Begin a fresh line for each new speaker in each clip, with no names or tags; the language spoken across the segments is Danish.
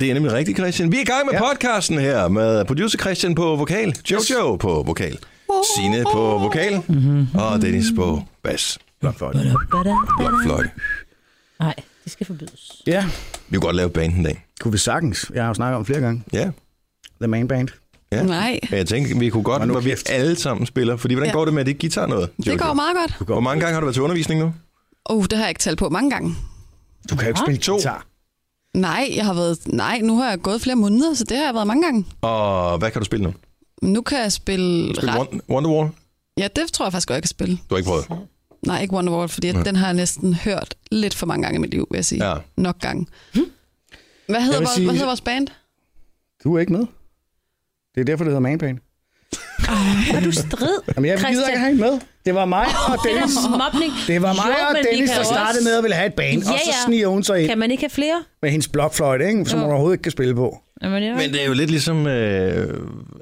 Det er nemlig rigtigt, Christian. Vi er i gang med ja.
Ja.
podcasten her med producer Christian på vokal, Jojo på vokal, Sine på vokal og Dennis på bas. Blot fløjt. Blot fløjt.
Nej, det skal forbydes.
Ja,
Vi kunne godt lave banden en dag.
kunne vi sagtens. Jeg har jo snakket om flere gange.
Ja.
The Man Band.
Ja.
Nej,
Men jeg tænkte, vi kunne godt,
Hold nu
hvor vi
kæft.
alle sammen spiller. Fordi hvordan
Ja.
går det med det guitar noget?
det går meget godt.
Hvor mange gange har du været til undervisning nu?
Oh, det har jeg ikke talt på mange gange.
Du kan jo ikke spille
To.
guitar.
Nej, jeg har været, nej, nu har jeg gået flere måneder, så det har jeg været mange gange.
Og hvad kan du spille nu?
Nu kan jeg spille...
Spil
ret-
Won- Wonderwall?
Ja, det tror jeg faktisk godt, jeg kan spille.
Du har ikke prøvet?
Nej, ikke Wonderwall, fordi ja. den har jeg næsten hørt lidt for mange gange i mit liv, vil jeg sige.
Ja.
Nok gange.
Hm?
Hvad hedder,
Jeg vil
vores,
sige-
hvad hedder vores band?
Du er ikke med. Det er derfor, det hedder Man Band.
Er du strid,
Jamen, jeg gider ikke
Christian?
have en med. Det var mig og
Det er
Dennis.
mobning.
Det var mig
Jo,
og
men vi
Dennis,
kan
der
jo
startede
også-
med at ville have et band.
Ja,
Og så
ja.
sniger hun sig ind
Kan man ikke have flere?
med hendes blokfløjte, ikke? som
Jo.
hun overhovedet ikke kan spille på.
Jamen, ja.
Men det er jo lidt ligesom, øh,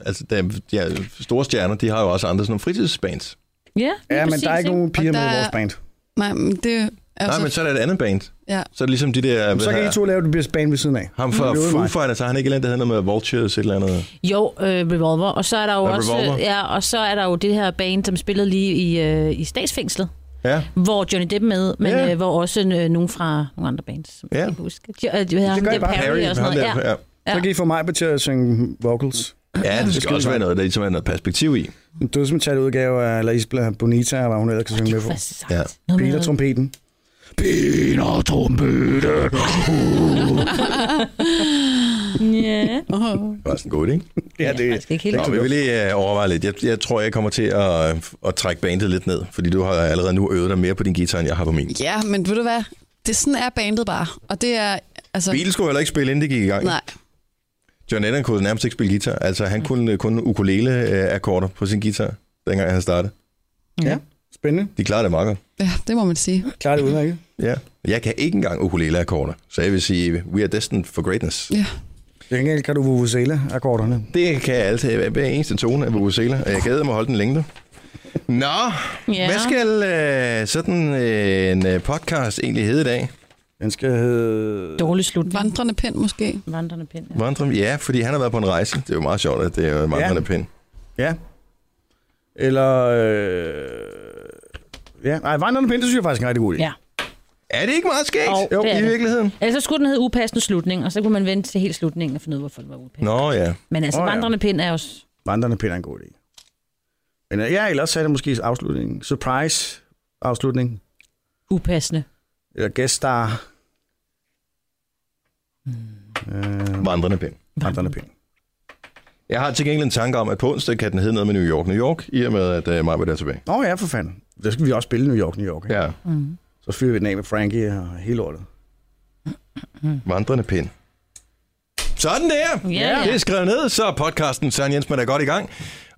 altså, der, ja, store stjerner, de har jo også andre sådan nogle fritidsbands.
ja, lige
Ja, men
præcis,
der er ikke nogen piger
Og
med i
der
vores
er-
band.
Nej, men det er altså- jo
Nej,
så...
men så er der et andet band.
Ja.
Så er det ligesom de der...
Så
hvad
kan
her-
I to lave det bedste band ved siden af.
Ham fra
Det er jo
Foo
mig.
Fighters, har han ikke et eller andet, der hedder noget med Vultures, et eller andet?
Jo, øh, Revolver. Og så er der jo
Hvad,
også,
Revolver?
ja, og så er der jo det her band, som spillede lige i, øh, i statsfængslet,
Ja,
hvor Johnny Depp er med, men
Ja.
øh, hvor også øh, nogen fra nogle andre bands, som
Ja.
jeg ikke husker. Jo, øh, hvad hedder ham?
gør I
det
bare.
Perry,
Harry,
og sådan
ham
noget.
der,
Ja.
ja.
Så kan I få mig til at synge vocals.
ja, det
Det
skal
skal
også
vi
være
gøre.
noget, der ligesom er noget perspektiv i.
En dødsmetaludgave af La Isla Bonita, var hun ellers kan synge med på.
Hvad sagt?
Ja.
Noget med-
Peter-trompeten. Peter-trompeten.
Ja.
Det var sådan godt, ikke?
Ja,
Det er
det
faktisk ikke helt
Nå, vi vil lige øh, overveje lidt. Jeg, jeg tror, jeg kommer til at, at trække bandet lidt ned, fordi du har allerede nu øvet dig mere på din guitar, end jeg har på min.
Ja, men ved du hvad? Det sådan er bandet bare. Og det er... Altså,
Beatles skulle heller ikke spille, inden det gik i gang.
Nej,
John Lennon kunne nærmest ikke spille guitar. Altså, han kunne øh, kun ukulele-akkorder på sin guitar, dengang han startede.
Ja, spændende.
De klarede det meget godt.
ja, det må man sige.
Klarer det udmærket.
Ja. Jeg kan ikke engang ukulele-akkorder, så jeg vil sige, we are destined for greatness.
Ja.
Til gengæld kan du vuvuzela-akkorderne.
Det kan jeg altid. Hver eneste tone af Vuvuzela. Og Jeg gad mig holde den længde. Nå,
Ja.
ja. hvad skal øh, sådan øh, en øh, podcast egentlig hedde i dag?
Den skal hedde...
Dårlig slutning.
Vandrende pind måske.
Vandrende pind. Ja.
Vandrem, ja, fordi han har været på en rejse. Det er jo meget sjovt, at det er vandrende ja.
Ja.
pind.
Ja. Eller... Øh... Ja, nej, vandrende pind, det synes jeg faktisk er en rigtig god idé.
ja.
Er det ikke meget skægt?
Jo,
jo
det er
i
det.
virkeligheden.
Altså, så skulle den hedde upassende slutning, og så kunne man vente til helt slutningen og finde ud af, hvorfor den var upassende.
Nå ja.
Men altså,
Åh,
oh,
ja.
vandrende pind er også...
Vandrende pind er en god idé. Men øh, ja, ellers er det måske afslutningen. Surprise afslutning.
Upassende.
Eller guest star. Øh,
Mm. Vandrende pind.
vandrende pind.
Jeg har til gengæld en tanke om, at på onsdag kan den hedde noget med New York. New York, i og med, at øh, mig er tilbage.
Nå ja, for fanden. Der skal vi også spille New York, New York. Ikke?
Ja,
Mm.
Så fyrer vi den af med Frankie og hele lortet.
vandrende pind. Sådan der!
Ja.
Det er skrevet ned, så podcasten Søren Jensmann er godt i gang.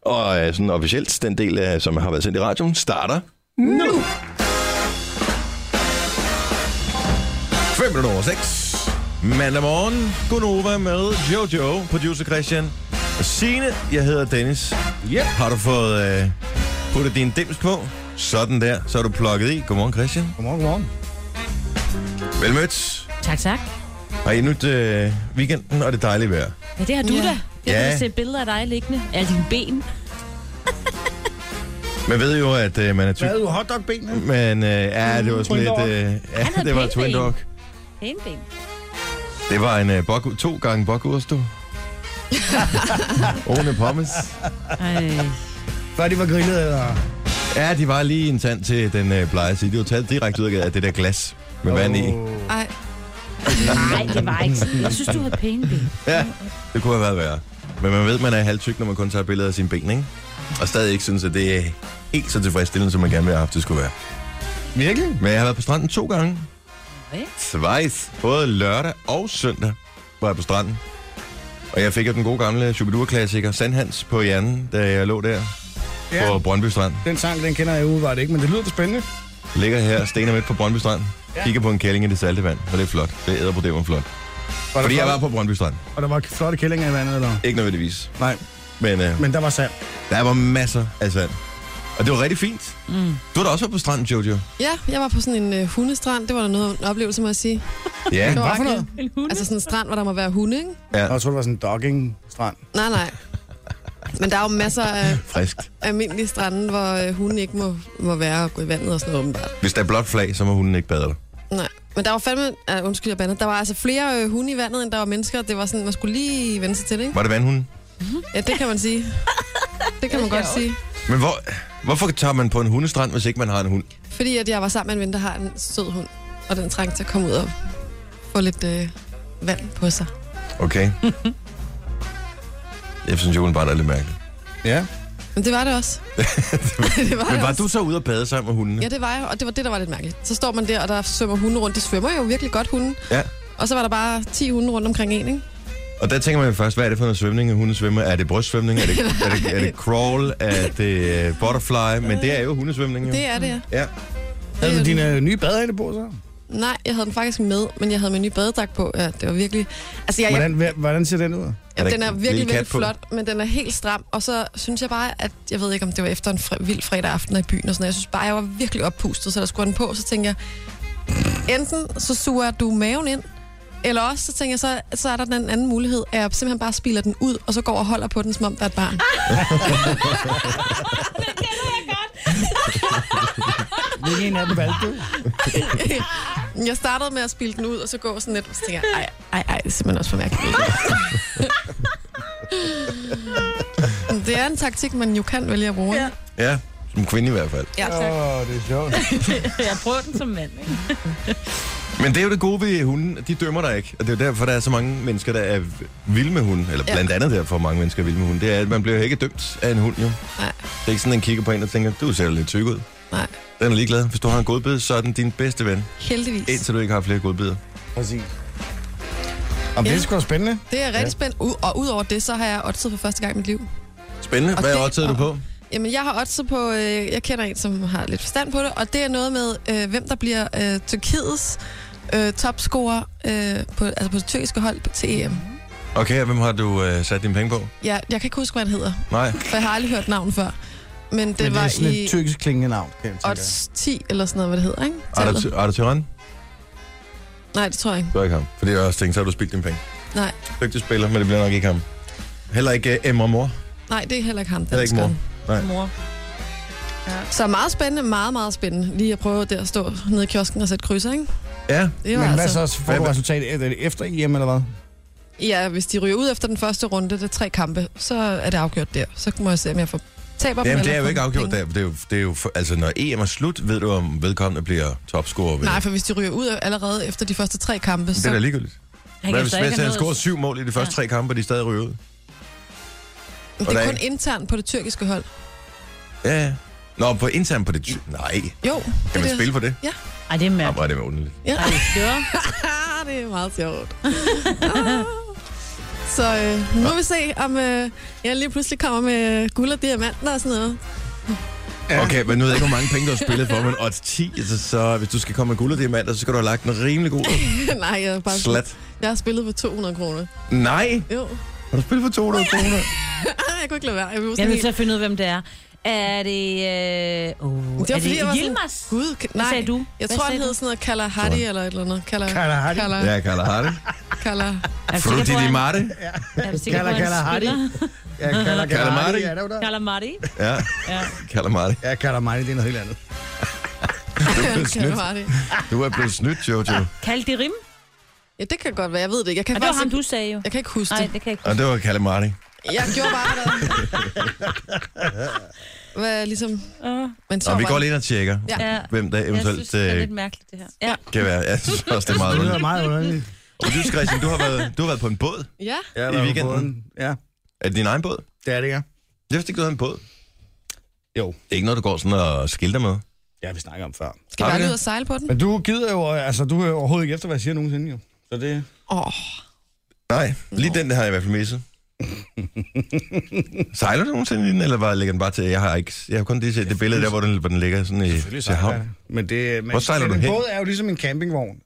Og øh, sådan officielt, den del, øh, som har været sendt i radioen, starter nu. 5 minutter over 6. Mandag morgen. Gunova med Jojo, producer Christian. Og Signe, jeg hedder Dennis.
Ja.
Har du fået øh, puttet din dims på? Sådan der. Så er du plukket i. Godmorgen, Christian.
Godmorgen, godmorgen.
Velmødt.
Tak, tak.
Har I nyt øh, weekenden og det dejlige vejr?
Ja, det har du
Ja.
da. Jeg
Ja.
har set billeder af dig liggende. Er dine ben?
Man ved jo, at øh, man er tyk
Hvad er du hotdogbenene?
Men øh, ja, det var sådan
Twin
lidt...
Dog.
Øh, ja,
Han havde
det var
pænt
Twin
ben.
Dog.
Pæne ben.
Det var en øh, bok, to gange bokkurs, du. Ohne pommes.
Ej.
Før de var grillet, eller?
Ja, de var lige en tand til den øh, blege side. De var taget direkte ud af det der glas med oh. vand i.
Ej,
Nej, det var ikke sådan. Jeg synes, du havde pæne ben.
Ja, det kunne have været værre. Men man ved, man er halvtyk, når man kun tager billeder af sine ben, ikke? Og stadig ikke synes, at det er helt så tilfredsstillende, som man gerne ville have haft, det skulle være.
Virkelig?
Men jeg har været på stranden to gange.
Okay.
Schweiz. Både lørdag og søndag var jeg på stranden. Og jeg fik jo den gode gamle Shubidua-klassiker Sandhans på hjernen, da jeg lå der
Ja.
på Brøndby Strand.
Den sang, den kender jeg umiddelbart ikke, men det lyder da spændende.
Ligger her, stener midt på Brøndby Strand. Kigger på en kælling i det salte vand, og det er flot. Det æder på det, var flot.
Var
Fordi
der
jeg var
flot,
på Brøndby Strand.
Og der var flotte kællinger i vandet, eller?
Ikke nødvendigvis.
Nej,
Men øh,
men der var sand.
der var masser af sand. Og det var rigtig fint. Mm. Du har da også været på stranden, Jojo.
Ja, jeg var på sådan en øh, hundestrand. Det var da noget af en oplevelse, må jeg sige. Det
Ja.
var
Hvad for
ret
noget?
vildt.
En hund?
Altså sådan en strand, hvor der må være hunde, ikke?
ja.
Jeg tror, det var sådan en doggingstrand.
Nej, nej. Men der er jo masser af
Friskt.
almindelige strande, hvor øh, hunden ikke må, må være og gå i vandet og sådan noget, åbenbart.
Hvis der er blåt flag, så må hunden ikke bade dig.
Nej. Men der var fandme... Uh, undskyld, jeg bander. Der var altså flere øh, hunde i vandet, end der var mennesker. Det var sådan, man skulle lige vende sig til det, ikke?
Var det vandhunden?
Mhm.
Ja, det kan man sige. Det kan man godt sige.
Men hvor, hvorfor tager man på en hundestrand, hvis ikke man har en hund?
Fordi at jeg var sammen med en ven, der har en sød hund, og den trængte til at komme ud og få lidt øh, vand på sig.
Okay. Jeg synes, julen bare er lidt mærkelig.
Ja.
Men det var det også. det var
Men
det
var
også.
du så ude og bade sammen med hundene?
Ja, det var jeg, og det var det, der var lidt mærkeligt. Så står man der, og der svømmer hunde rundt. De svømmer jo virkelig godt, hunden.
Ja.
Og så var der bare 10 hunde rundt omkring en, ikke?
Og der tænker man først, hvad er det for noget svømning, at hunde svømmer? Er det brystsvømning? Er det, er det, er det crawl? Er det øh, butterfly? Men det er jo hundesvømning, jo.
Det er det, ja.
Ja.
Det
Havde du
er
dine øh, nye badehætte på, så?
Nej, jeg havde den faktisk med, men jeg havde min nye badedragt på. Ja, det var virkelig... Altså, jeg, jeg,
Hvordan, hva- hvordan ser den ud?
Er der
jeg, den
ikke
er
en
virkelig,
lille kat
virkelig
på?
flot, men den er helt stram. Og så synes jeg bare, at... Jeg ved ikke, om det var efter en fre, vild fredag aften i byen og sådan noget. Jeg synes bare, jeg var virkelig oppustet, så der skulle den på. Så tænkte jeg, enten så suger du maven ind, eller også, så tænker jeg, så, så er der den anden mulighed, at jeg simpelthen bare spiller den ud, og så går og holder på den, som om der er et barn.
Hvilken en af dem valgte du?
Jeg startede med at spille den ud, og så gå sådan lidt, og så tænkte jeg, ej, ej, ej, det er simpelthen også for mærkeligt. det er en taktik, man jo kan vælge at bruge.
Ja.
Ja,
Ja, som kvinde i hvert fald.
ja
Åh,
tak.
oh, det er sjovt.
Jeg prøver den som mand, ikke?
Men det er jo det gode ved hunden, de dømmer dig ikke. Og det er jo derfor, der er så mange mennesker, der er vilde med hunden. Eller
Ja.
blandt andet derfor, mange mennesker er vilde med hunden. Det er, at man bliver jo ikke dømt af en hund, jo.
Nej,
Det er ikke sådan, at den kigger på en og tænker, du ser da lidt tyk ud.
nej,
Den er ligeglad. Hvis du har en godbid, så er den din bedste ven,
heldigvis.
indtil du ikke har flere godbidder.
Præcis. Om det er
Ja.
sgu da spændende.
Det er rigtig spændt, U- og udover det, så har jeg oddset for første gang i mit liv.
Spændende.
Og
Hvad
det-
er du på?
Jamen, jeg har oddset på, øh, jeg kender en, som har lidt forstand på det, og det er noget med, øh, hvem der bliver øh, Tyrkiets øh, topscorer øh, på, altså på det tyrkiske hold til EM.
Okay, og hvem har du øh, sat dine penge på?
Jeg, jeg kan ikke huske, hvad han hedder,
Nej.
for jeg har aldrig hørt navnet før. Men det,
Det, Men det
var
er sådan
i...
et tyrkisk klingende navn, kan jeg tænke.
odds 10 eller sådan noget, hvad det hedder, ikke? Tallet.
Er det Tyrann?
Nej, det tror jeg ikke.
Det var ikke ham. Fordi jeg også tænkte, så har du spildt dine penge.
Nej.
Dygtig spiller, men det bliver nok ikke ham. Heller ikke uh, Emma Mor.
Nej, det er heller ikke ham.
Heller ikke mor.
danskeren.
Mor.
Så meget spændende, meget, meget spændende. Lige at prøve der at stå nede i kiosken og sætte krydser, ikke?
Ja.
Det var
Men hvad
altså...
så? Får du
Hvad-
resultatet? Er det efter EM, eller hvad?
Ja, hvis de ryger ud efter den første runde, det er tre kampe, så er det afgjort der. Så må jeg se, om jeg får taber dem,
Jamen,
eller
det er jo
får
ikke afgjort.
penge.
Det er, det er jo, det er jo for, altså, når EM er slut, ved du, om vedkommende bliver topscorer. Ved
Nej, for hvis de ryger ud allerede efter de første tre kampe,
det er da
så...
ligegyldigt.
Han
Hvad
kan
hvis
stadig
Messi
have
han
noget-
scorer syv mål i de første tre kampe, og de er stadig ryger ud?
Det
Og der
er
er
kun internt på det tyrkiske hold.
Ja, ja. Nå, på intern på det... Ty- Nej,
Jo, det
kan man
er
spille på det?
Ej, det er
Ja. Jamen,
mærkeligt.
hvor er det med underligt.
Ja.
Ej, det er
Ah, det er meget sjovt. Ah. Så øh, nu må vi se, om øh, jeg lige pludselig kommer med guld og diamanter og sådan noget.
Okay, men nu ved jeg ikke, hvor mange penge du har spillet for, men odds 10, altså, så hvis du skal komme med guld og diamanter, så skal du have lagt en rimelig god
Nej, jeg har, bare
slat.
jeg har spillet på 200 kroner.
Nej,
Jo.
har du spillet for 200 kroner?
Ah, jeg kunne ikke lade være. Jeg blev
Jeg
sådan
er nødt
helt...
til at finde ud, af, hvem det er. Er det... Øh... Oh,
var,
er
fordi jeg var
det
sådan-
Yilmaz?
Gud, kan...
Hvad
nej.
sagde du?
Jeg
Hvad
tror,
sagde
han hed
du?
sådan noget Kalahari eller et eller andet. Kala...
Kalahari.
Kala...
Ja, Carla Hardy.
Kala...
Er du sikker
Frutti
på,
di
han-
Marte.
er du sikker på,
Kala-
han
Kala Hardy.
spiller?
Ja, Kala-
Calamari.
Ja, der var der.
Calamari.
Ja,
Ja.
Carla Marte.
Ja, Kalamari, det er noget helt andet.
blevet snydt.
Kalahari.
Du er blevet snydt, Jojo.
Kalderim.
Ja, det kan godt være. Jeg ved det ikke. Jeg kan,
Og det var
faktisk
ham,
ikke...
du sagde jo.
jeg kan ikke huske
Nej,
det.
det kan jeg ikke.
Og
huske.
det var Carla Marte.
Jeg gjorde bare, hvad, hvad ligesom...
Åh,
Man så
Og vi
bare-
går lige ind og tjekker,
Ja.
Ja.
hvem der
Jeg
eventuelt
synes, det er
øh,
lidt mærkeligt, det her. Ja.
kan være. Jeg synes også, det er meget
Det
underligt.
lyder meget underligt.
Og du, Christian, du har, været, du har været på en båd.
Ja.
Ja,
I weekenden?
Ja,
Er det din egen båd?
det er det, ja.
Jeg vidste ikke, du havde en båd.
Jo.
Det er ikke noget, du går sådan og skilter med.
Ja, vi snakker om før.
Skal
Har
vi
vi
bare
det?
ud og sejle på den?
Men du gider jo, altså du hører overhovedet ikke efter, hvad jeg siger nogensinde jo. Så det...
Åh, oh,
Nej, lige den der har jeg i hvert fald misset. Sejler du nogensinde i den, eller bare ligger den bare til? Jeg har, ikke, jeg har kun lige set det billede der, hvor den, hvor den ligger sådan i til havn.
Men det... Øh, Men,
Hvor sejler
men
du
en
hen?
båd er jo ligesom en campingvogn.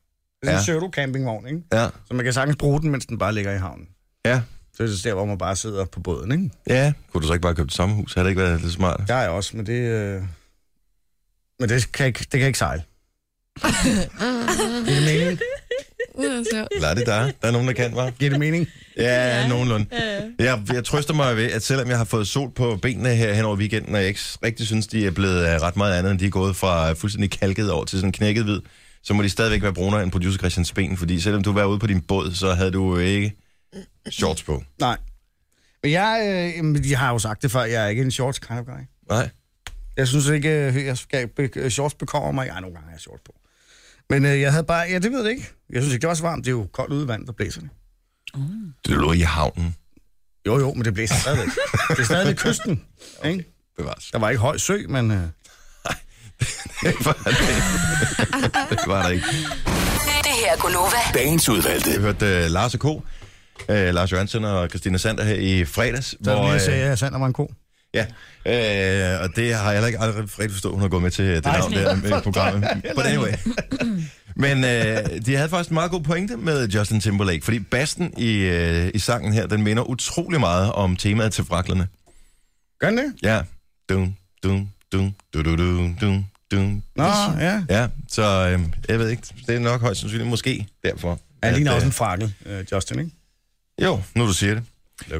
Det er sådan en
Ja.
pseudo-campingvogn, ikke?
Ja,
Så man kan sagtens bruge den, mens den bare ligger i havnen.
ja.
Så er det der, hvor man bare sidder på båden, ikke?
Ja, kunne du så ikke bare købe et sommerhus? Havde det ikke været lidt smart?
Jeg er også, men det... Øh... Men det kan, ikke, det kan ikke sejle. Giver det mening?
Ja, så.
Lad det der. Der er nogen, der kan, var.
Giver det mening?
Ja, ja, nogenlunde. Jeg, jeg trøster mig ved, at selvom jeg har fået sol på benene her hen over weekenden, og jeg ikke rigtig synes, de er blevet øh, ret meget andet, end de er gået fra øh, fuldstændig kalket over til sådan knækket hvid, så må de stadigvæk være brunere end producer Christians ben, fordi selvom du var ude på din båd, så havde du jo ikke shorts på.
Nej. Men jeg, øh, jamen, jeg har jo sagt det før, jeg er ikke en shorts kind of guy.
Nej.
Jeg synes ikke, øh, jeg skal, be, shorts bekommer mig. Ej, nogle gange har jeg shorts på. Men øh, jeg havde bare... Ja, det ved jeg ikke. Jeg synes ikke, det var så varmt. Det er jo koldt ude i vandet, der blæser det.
Mm.
Det lå i havnen.
Jo, jo, men det blæser stadigvæk. det er stadig ved kysten, ikke?
Bevares.
Der var ikke høj sø, men... Øh...
det var det. det var der ikke.
Det her er Gunova.
Dagens udvalgte.
Jeg hørte uh, Lars og K. Uh, Lars Jørgensen og Christina Sander her i fredags.
Så
hvor,
lige
øh,
at sagde, at Sander var en ko.
Ja, øh, og det har jeg heller ikke aldrig rigtig forstået, hun har gået med til øh, det navn der med programmet. But anyway. Men øh, de havde faktisk en meget god pointe med Justin Timberlake, fordi bassen i, øh, i sangen her, den minder utrolig meget om temaet til fraklerne.
Gør den det?
Ja. Dum, dum, dum, du, du, du, dum, dum.
Nå, ja.
Ja, så øh, jeg ved ikke, det er nok højst sandsynligt måske derfor.
Han ligner
at,
også en frakkel, øh, Justin, ikke?
øh, Jo, nu du siger det.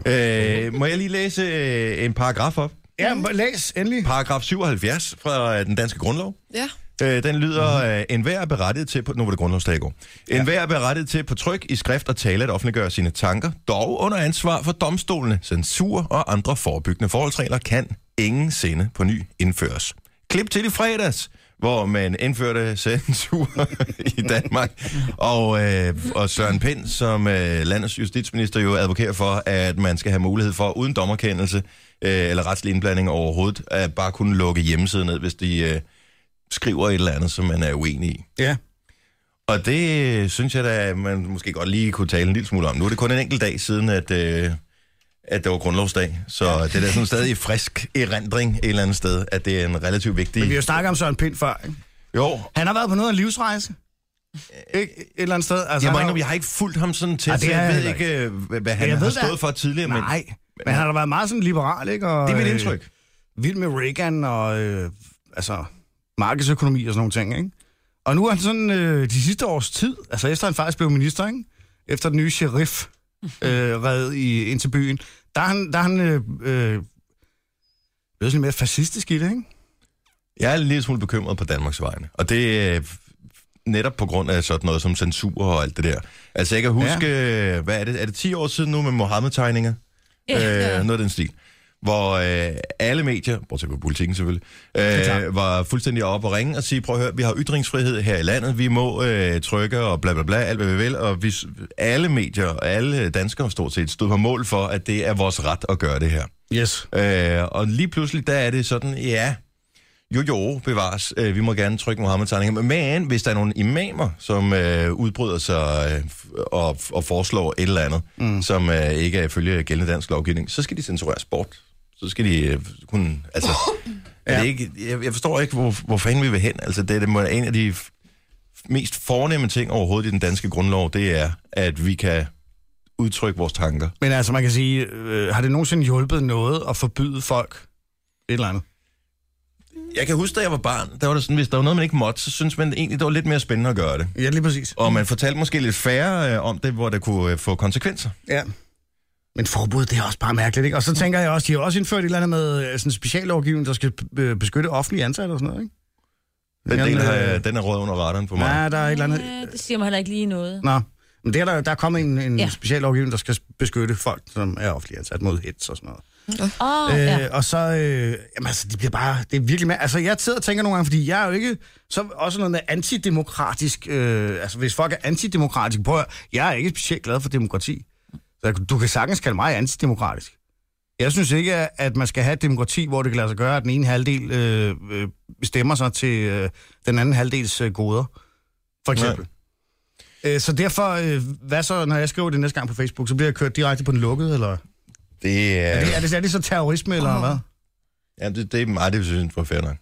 Øh, må jeg lige læse øh, en paragraf op?
Ja, men læs endelig.
Paragraf 77 fra øh, den danske grundlov.
Ja.
Øh, den lyder, mm-hmm. øh, enhver er berettiget til, på, nu var det grundlovsdag i går, enhver er berettiget til på tryk i skrift og tale at offentliggøre sine tanker, dog under ansvar for domstolene, censur og andre forebyggende forholdsregler kan ingen sinde på ny indføres. Klip til i fredags, hvor man indførte censur i Danmark, og, øh, og Søren Pind, som øh, landets justitsminister jo advokerer for, at man skal have mulighed for, uden dommerkendelse øh, eller retslig indblanding overhovedet, at bare kunne lukke hjemmesiden ned, hvis de... Øh, skriver et eller andet, som man er uenig i.
Ja.
Og det øh, synes jeg da, man måske godt lige kunne tale en lille smule om. Nu er det kun en enkelt dag siden, at, øh, at det var grundlovsdag, så det er da sådan stadig frisk erindring et eller andet sted, at det er en relativt vigtig...
Men vi har jo snakket om Søren Pind før, ikke?
Jo,
Han har været på noget af en livsrejse. Ikke? Et eller andet sted. Altså,
Øh, jeg, må
han har-
indrømme, jeg har ikke fulgt ham sådan
Ej,
tæt,
det
så
er
jeg ved
heller ikke.
ikke, øh, hvad hvad han
jeg
har
ved da-
stået for tidligere, men
Nej, men han har da været meget sådan liberal, ikke? Og,
det er mit
øh,
indtryk.
Vild med Reagan og øh, altså, markedsøkonomi og sådan nogle ting, ikke? Og nu er han sådan øh, de sidste års tid, altså efter han faktisk blev minister, ikke? Efter den nye sheriff øh, red i, ind til byen, der er han, der er han øh, øh, blevet sådan mere fascistisk i det, ikke?
Jeg er en lille smule bekymret på Danmarks vegne, og det er netop på grund af sådan noget som censur og alt det der. Altså jeg kan huske, ja. hvad er det, er det 10 år siden nu med Mohammed-tegninger? Øh, noget af den stil. Hvor øh, alle medier, bortset fra politikken selvfølgelig, øh, var fuldstændig oppe og ringe og sige, prøv at høre, vi har ytringsfrihed her i landet, vi må øh, trykke og bla bla bla, alt hvad vi vil, og vi, s- alle medier og alle danskere stort set stod på mål for, at det er vores ret at gøre det her.
Yes.
Øh, og lige pludselig, der er det sådan, ja, jo jo, bevares, øh, vi må gerne trykke Mohammed-tegninger, men hvis der er nogle imamer, som øh, udbryder sig øh, f- og, og foreslår et eller andet, mm. som øh, ikke er ifølge gældende dansk lovgivning, så skal de censureres bort. Så skal de øh, kunne, altså, er det ikke, jeg, jeg forstår ikke, hvor, hvor fanden vi vil hen. Altså, det er det må- en af de f- mest fornemme ting overhovedet i den danske grundlov, det er, at vi kan udtrykke vores tanker.
Men altså, man kan sige, øh, har det nogensinde hjulpet noget at forbyde folk et eller andet?
Jeg kan huske, da jeg var barn, der var det sådan, hvis der var noget, man ikke måtte, så synes man egentlig, det var lidt mere spændende at gøre det.
Ja, lige præcis.
Og man fortalte måske lidt færre øh, om det, hvor det kunne øh, få konsekvenser.
Ja. Men forbud, det er også bare mærkeligt, ikke? Og så tænker jeg også, de har også indført et eller andet med øh, sådan en speciallovgivning, der skal øh, beskytte offentlige ansatte og sådan noget, ikke?
Den,
Jamen,
del,
øh,
har, den er rød under radaren for mig.
Ja, der er et eller andet...
Ja, det siger mig heller ikke lige noget.
Nå, men det er der, der er kommet en, en ja.
Ja.
speciallovgivning, der skal beskytte folk, som er offentlige ansat mod hets og sådan noget.
Åh, oh, ja.
Øh, og så, øh, jamen altså, de bliver bare, det er virkelig mere, altså jeg sidder og tænker nogle gange, fordi jeg er jo ikke, så også noget med antidemokratisk, øh, altså hvis folk er antidemokratiske, prøv at, høre, jeg er ikke specielt glad for demokrati. Så jeg- du kan sagtens kalde mig antidemokratisk. Jeg synes ikke, at man skal have et demokrati, hvor det kan lade sig gøre, at den ene halvdel øh, øh, bestemmer sig til øh, den anden halvdels øh, goder, for eksempel. Øh, Så derfor, øh, hvad så, når jeg skriver det næste gang på Facebook, så bliver jeg kørt direkte på den lukkede, eller?
Det,
Er
er,
det, er det, er det så terrorisme, eller hvad?
ja, det, det, er, ej, det synes jeg var fair nok.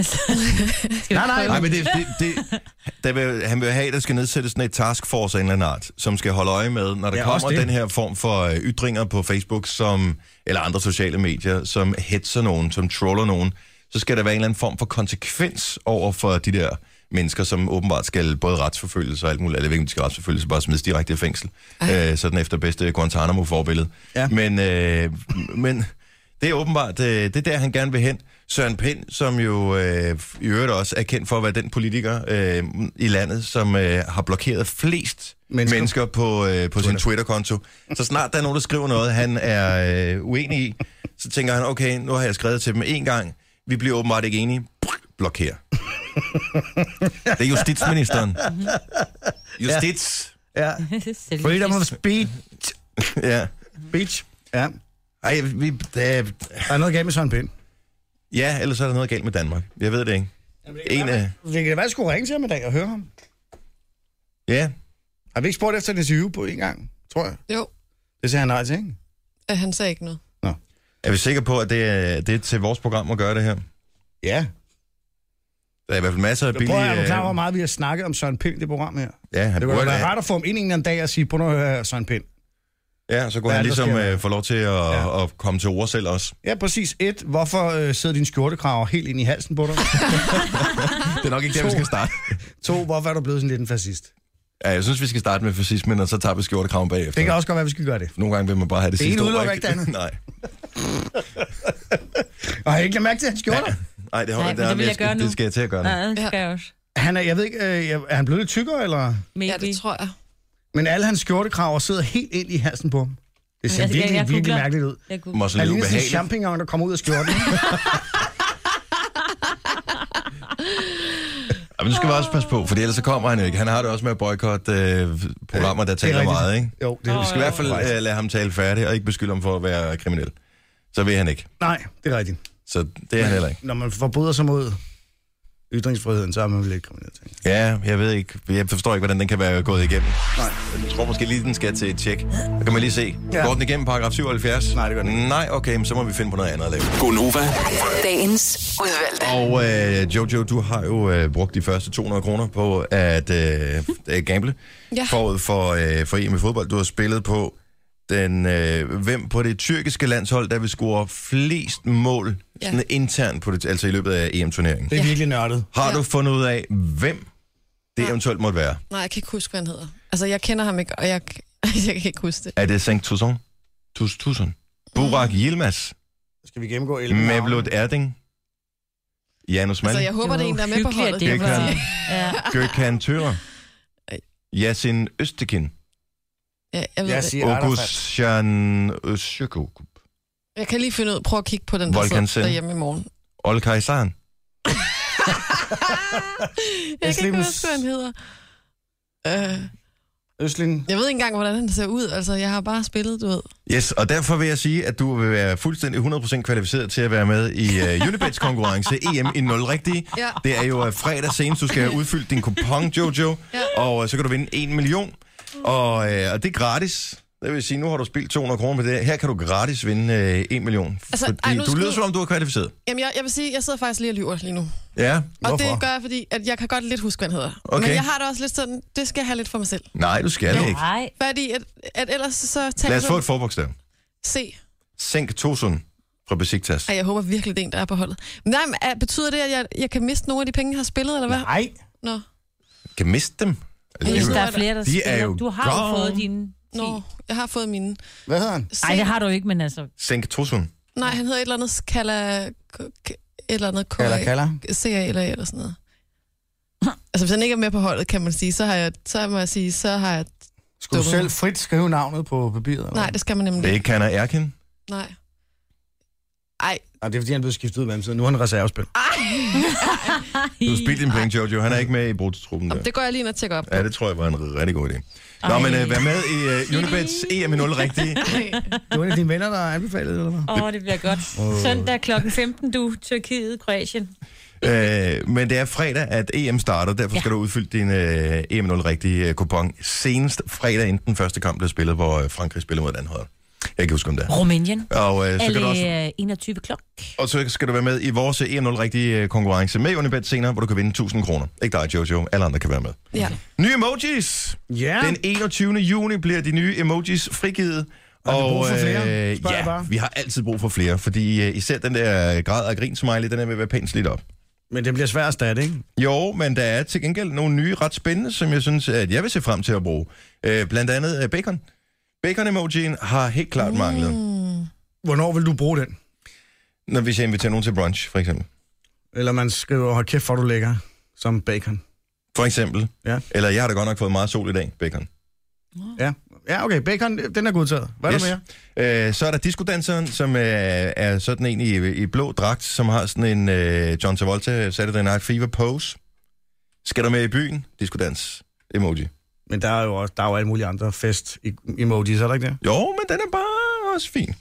Skal vi
Nej, nej,
prøve?
Nej, men det, det, det der vil, han vil have, at der skal nedsættes sådan et taskforce af en eller anden art, som skal holde øje med, når der
Ja,
ja,
også
kommer
det.
den her form for øh, ytringer på Facebook som, eller andre sociale medier, som hetser nogen, som troller nogen, så skal der være en eller anden form for konsekvens over for de der mennesker, som åbenbart skal både retsforfølges og alt muligt, eller ikke, om de skal retsforfølges, bare smides direkte i fængsel, øh, sådan efter bedste Guantanamo-forbillede.
Ja.
Men, øh, men det er åbenbart, øh, det er der, han gerne vil hen. Søren Pind, som jo øh, i øvrigt også er kendt for at være den politiker øh, i landet, som øh, har blokeret flest
Mennesker.
mennesker, mennesker på, øh, på sin Twitter-konto. Så snart der er nogen, der skriver noget, han er øh, uenig i, så tænker han, okay, nu har jeg skrevet til dem en gang, vi bliver åbenbart ikke enige, blokér. Det er justitsministeren. Justits.
Ja.
Det er selvfest.
Freedom of speech.
Ja.
Beach. Ja,
Ej, vi, der,
der er noget galt med Søren Pind.
ja, ellers er der noget galt med Danmark. Jeg ved det ikke. En af...
Det kan da være, at jeg skulle ringe til ham i dag og høre ham.
Ja,
Har vi ikke spurgt efter en interview på en gang, tror jeg?
Jo,
Det siger han nej til, ikke?
øh, han sagde ikke noget.
Er vi sikre på, at det er, det er til vores program at gøre det her?
Ja.
Der er i hvert fald masser af
Jeg prøver,
billige...
er du klar, over, hvor
øh,
meget vi har snakket om Søren Pind i det program her?
Ja, han
Det kunne
burde,
da være rart at få ham ind en eller anden dag og sige, prøv nu at høre her, Søren Pind.
ja, så kunne
Hvad
han
er det, der
ligesom
sker?
øh, få lov til at,
Ja.
ja. at komme til ord selv også.
Ja, præcis. Et, hvorfor øh, sidder din skjortekraver helt ind i halsen på dig?
Det er nok ikke
der, vi skal
starte.
to, hvorfor er du blevet sådan lidt en fascist?
Ja, jeg synes, vi skal starte med fascismen, og så tager vi skjortekraven bagefter.
Det kan også godt være, vi skal gøre det.
Nogle gange vil man bare have det,
Det ene
sidste ord,
udelukker ikke det andet.
Nej.
Og har I ikke lagt mærke til hans skjorter?
Nej, det, holder,
Nej, men
der,
det vil
jeg
jeg
skal,
gøre nu.
Det skal jeg til at gøre.
Nej,
Nej.
det skal jeg også.
Han er, jeg ved ikke, øh, jeg- er han blevet lidt tykkere, eller?
Maybe.
Ja, det tror jeg.
Men alle hans skjortekraver sidder helt ind i halsen på ham. Det ser
Altså, jeg-
virkelig,
jeg
virkelig
googler.
mærkeligt ud.
jeg kunne...
Må så
Han
lidt
ligner sådan en
ubehageligt.
champignon, der kommer ud af skjorten.
Ja, men nu skal vi også passe på, for ellers så kommer han jo ikke. Han har det også med at boykotte øh, programmer, der taler
rigtigt.
meget, ikke?
Jo, det er
Vi skal i hvert fald øh, lade ham tale færdig, og ikke beskylde ham for at være kriminel. Så vil han ikke.
Nej, det er rigtigt.
Så det er han heller ikke.
Når man forbryder sig mod ytringsfriheden, så er man vel ikke kriminel. tænker jeg.
Ja, jeg ved ikke. Jeg forstår ikke, hvordan den kan være gået igennem. Nej. Jeg tror måske lige, den skal til et tjek. Så kan man lige se.
Ja.
Ja. Går den igennem paragraf 77?
Nej, det gør den
ikke. Nej, okay, men så må vi finde på noget andet at lave.
Gonova,
Dagens udvalgte.
Og øh, Jojo, du har jo øh, brugt de første 200 kroner på at øh, øh, gamble
Ja.
forud for, øh, for EM i fodbold. Du har spillet på den, øh, hvem på det tyrkiske landshold, der vil score flest mål
Ja.
ja. sådan internt på det, altså i løbet af EM-turneringen.
Det er virkelig nørdet.
Har
Ja.
du fundet ud af, hvem det
Nej.
eventuelt måtte være?
Nej, jeg kan ikke huske, hvad han hedder. Altså, jeg kender ham ikke, og jeg, jeg kan ikke huske det.
Er det Sankt Tusson? Tus Tusson.
Mm.
Burak Yilmaz.
Skal vi gennemgå 11
Mevlut Erding. Janus
Altså,
Mali.
jeg håber, det er en, der er med på
hyggeligt, at
holdet.
det
Jeg
var...
kan-
Ja.
Gökhan Tører.
Ej.
Yasin Østekin.
Ja, jeg, ved
Jeg
det.
siger Arafat.
Ogusjan Özyakup.
jeg kan lige finde ud, prøv at kigge på den, der sidder
Volkan Sen.
derhjemme i morgen.
Olkay Saran.
Jeg kan ikke
Muslims-
huske, hvad han hedder. Øh,
Østling.
jeg ved ikke engang, hvordan han ser ud. Altså, jeg har bare spillet, du ved.
Yes, og derfor vil jeg sige, at du vil være fuldstændig 100% kvalificeret til at være med i uh, Unibets konkurrence EM i 0 rigtige.
Ja.
Det er jo uh, fredag senest, du skal have udfyldt din kupon, Jojo,
Ja.
og uh, så kan du vinde 1 million, og, uh, og det er gratis. Det vil sige, nu har du spildt 200 kroner på det. Her kan du gratis vinde uh, 1 million,
Altså,
altså,
ej,
fordi
nu
ej, du
skal
lyder
du-
som om, du er kvalificeret.
Jamen, jeg, jeg vil sige, jeg sidder faktisk lige og lyver lige nu.
Ja.
Og
Hvorfor?
det gør jeg, fordi at jeg kan godt lidt huske, hvad han hedder.
Okay.
Men jeg har det også lidt sådan, det skal jeg have lidt for mig selv.
Nej, du skal det ikke.
Nej.
Fordi at, at ellers så tager
Lad
jeg
os få
sådan-
et forbogstav.
Se.
Sænk Tosun fra Besiktas.
Ej, jeg håber virkelig, det er en, der er på holdet. Men nej, men, er- betyder det, at jeg, jeg kan miste nogle af de penge, jeg har spillet, eller hvad?
Nej.
Nå.
Kan miste dem.
Hvis
Alligevel.
der er flere, der
De er
spiller.
jo
Du har jo
gone.
fået dine...
Nå, jeg har fået mine.
Hvad hedder han?
Se.
Nej, det har du ikke, men altså...
Sænk Tosun.
Nej, han hedder et eller andet Skala... K- K- et eller andet K-
Kalla Kalla.
CA eller, eller sådan noget. Altså, hvis han ikke er med på holdet, kan man sige, så har jeg, så må jeg sige, så har jeg...
Skulle du
Dumme.
selv frit skrive navnet på papiret? Eller?
Nej, det skal man nemlig
Det er
ikke.
ikke Kana Erkin.
Nej. Ej,
Nej, det er fordi, han blev skiftet ud med ham, så nu er han reservespiller.
Ah,
Du har spildt din penge, Jojo. Han er ikke med i brugtruppen der.
det går jeg lige ind og tjekker op.
Ja, det tror jeg var en rigtig god idé. Nå,
Ej.
men øh, vær med i øh, Unibets EM i 0 rigtige.
Det var en af dine venner, der anbefalede, det, eller hvad?
Åh, oh, det bliver godt. Søndag kl. 15, du, Tyrkiet, Kroatien.
Øh, men det er fredag, at EM starter. Derfor skal du udfylde din øh, EM 0 rigtige øh, kupon. Senest fredag, inden den første kamp blev spillet, hvor øh, Frankrig spiller mod et andet hold. Jeg kan huske, om det er.
Rumænien.
Og, øh, så kan du også,
Alle 21 klok.
og så skal du være med i vores 1-0 rigtige øh, konkurrence med Unibet senere, hvor du kan vinde 1000 kroner. Ikke dig, Jojo. Alle andre kan være med.
Ja.
Nye emojis!
Ja.
Den 21. juni bliver de nye emojis frigivet.
vi brug for
øh,
flere? Spørger jeg
ja,
bare.
vi har altid brug for flere, fordi øh, især den der grad af grin-smiley, den er ved at være pænt slidt op.
Men det bliver svært at erstatte, ikke?
Jo, men der er til gengæld nogle nye ret spændende, som jeg synes, at jeg vil se frem til at bruge. Øh, blandt andet øh, bacon. Bacon-emojien har helt klart mm. manglet,
Hvornår vil du bruge den?
når hvis jeg inviterer nogen til brunch, for eksempel.
Eller man skriver, hold kæft, hvor er du lækker, som bacon.
For eksempel.
Ja.
Eller jeg har da godt nok fået meget sol i dag, bacon.
Ja, ja okay, bacon, den er godtaget. Hvad er yes. der mere?
mere? Øh, så er der diskodanseren, som øh, er sådan en i, i blå dragt, som har sådan en øh, John Travolta Saturday Night Fever pose. Skal du med i byen? Diskodans. Emoji.
Men der er jo også der er jo alle mulige andre fest-emojis, er der ikke det?
Jo, men den er bare også fin.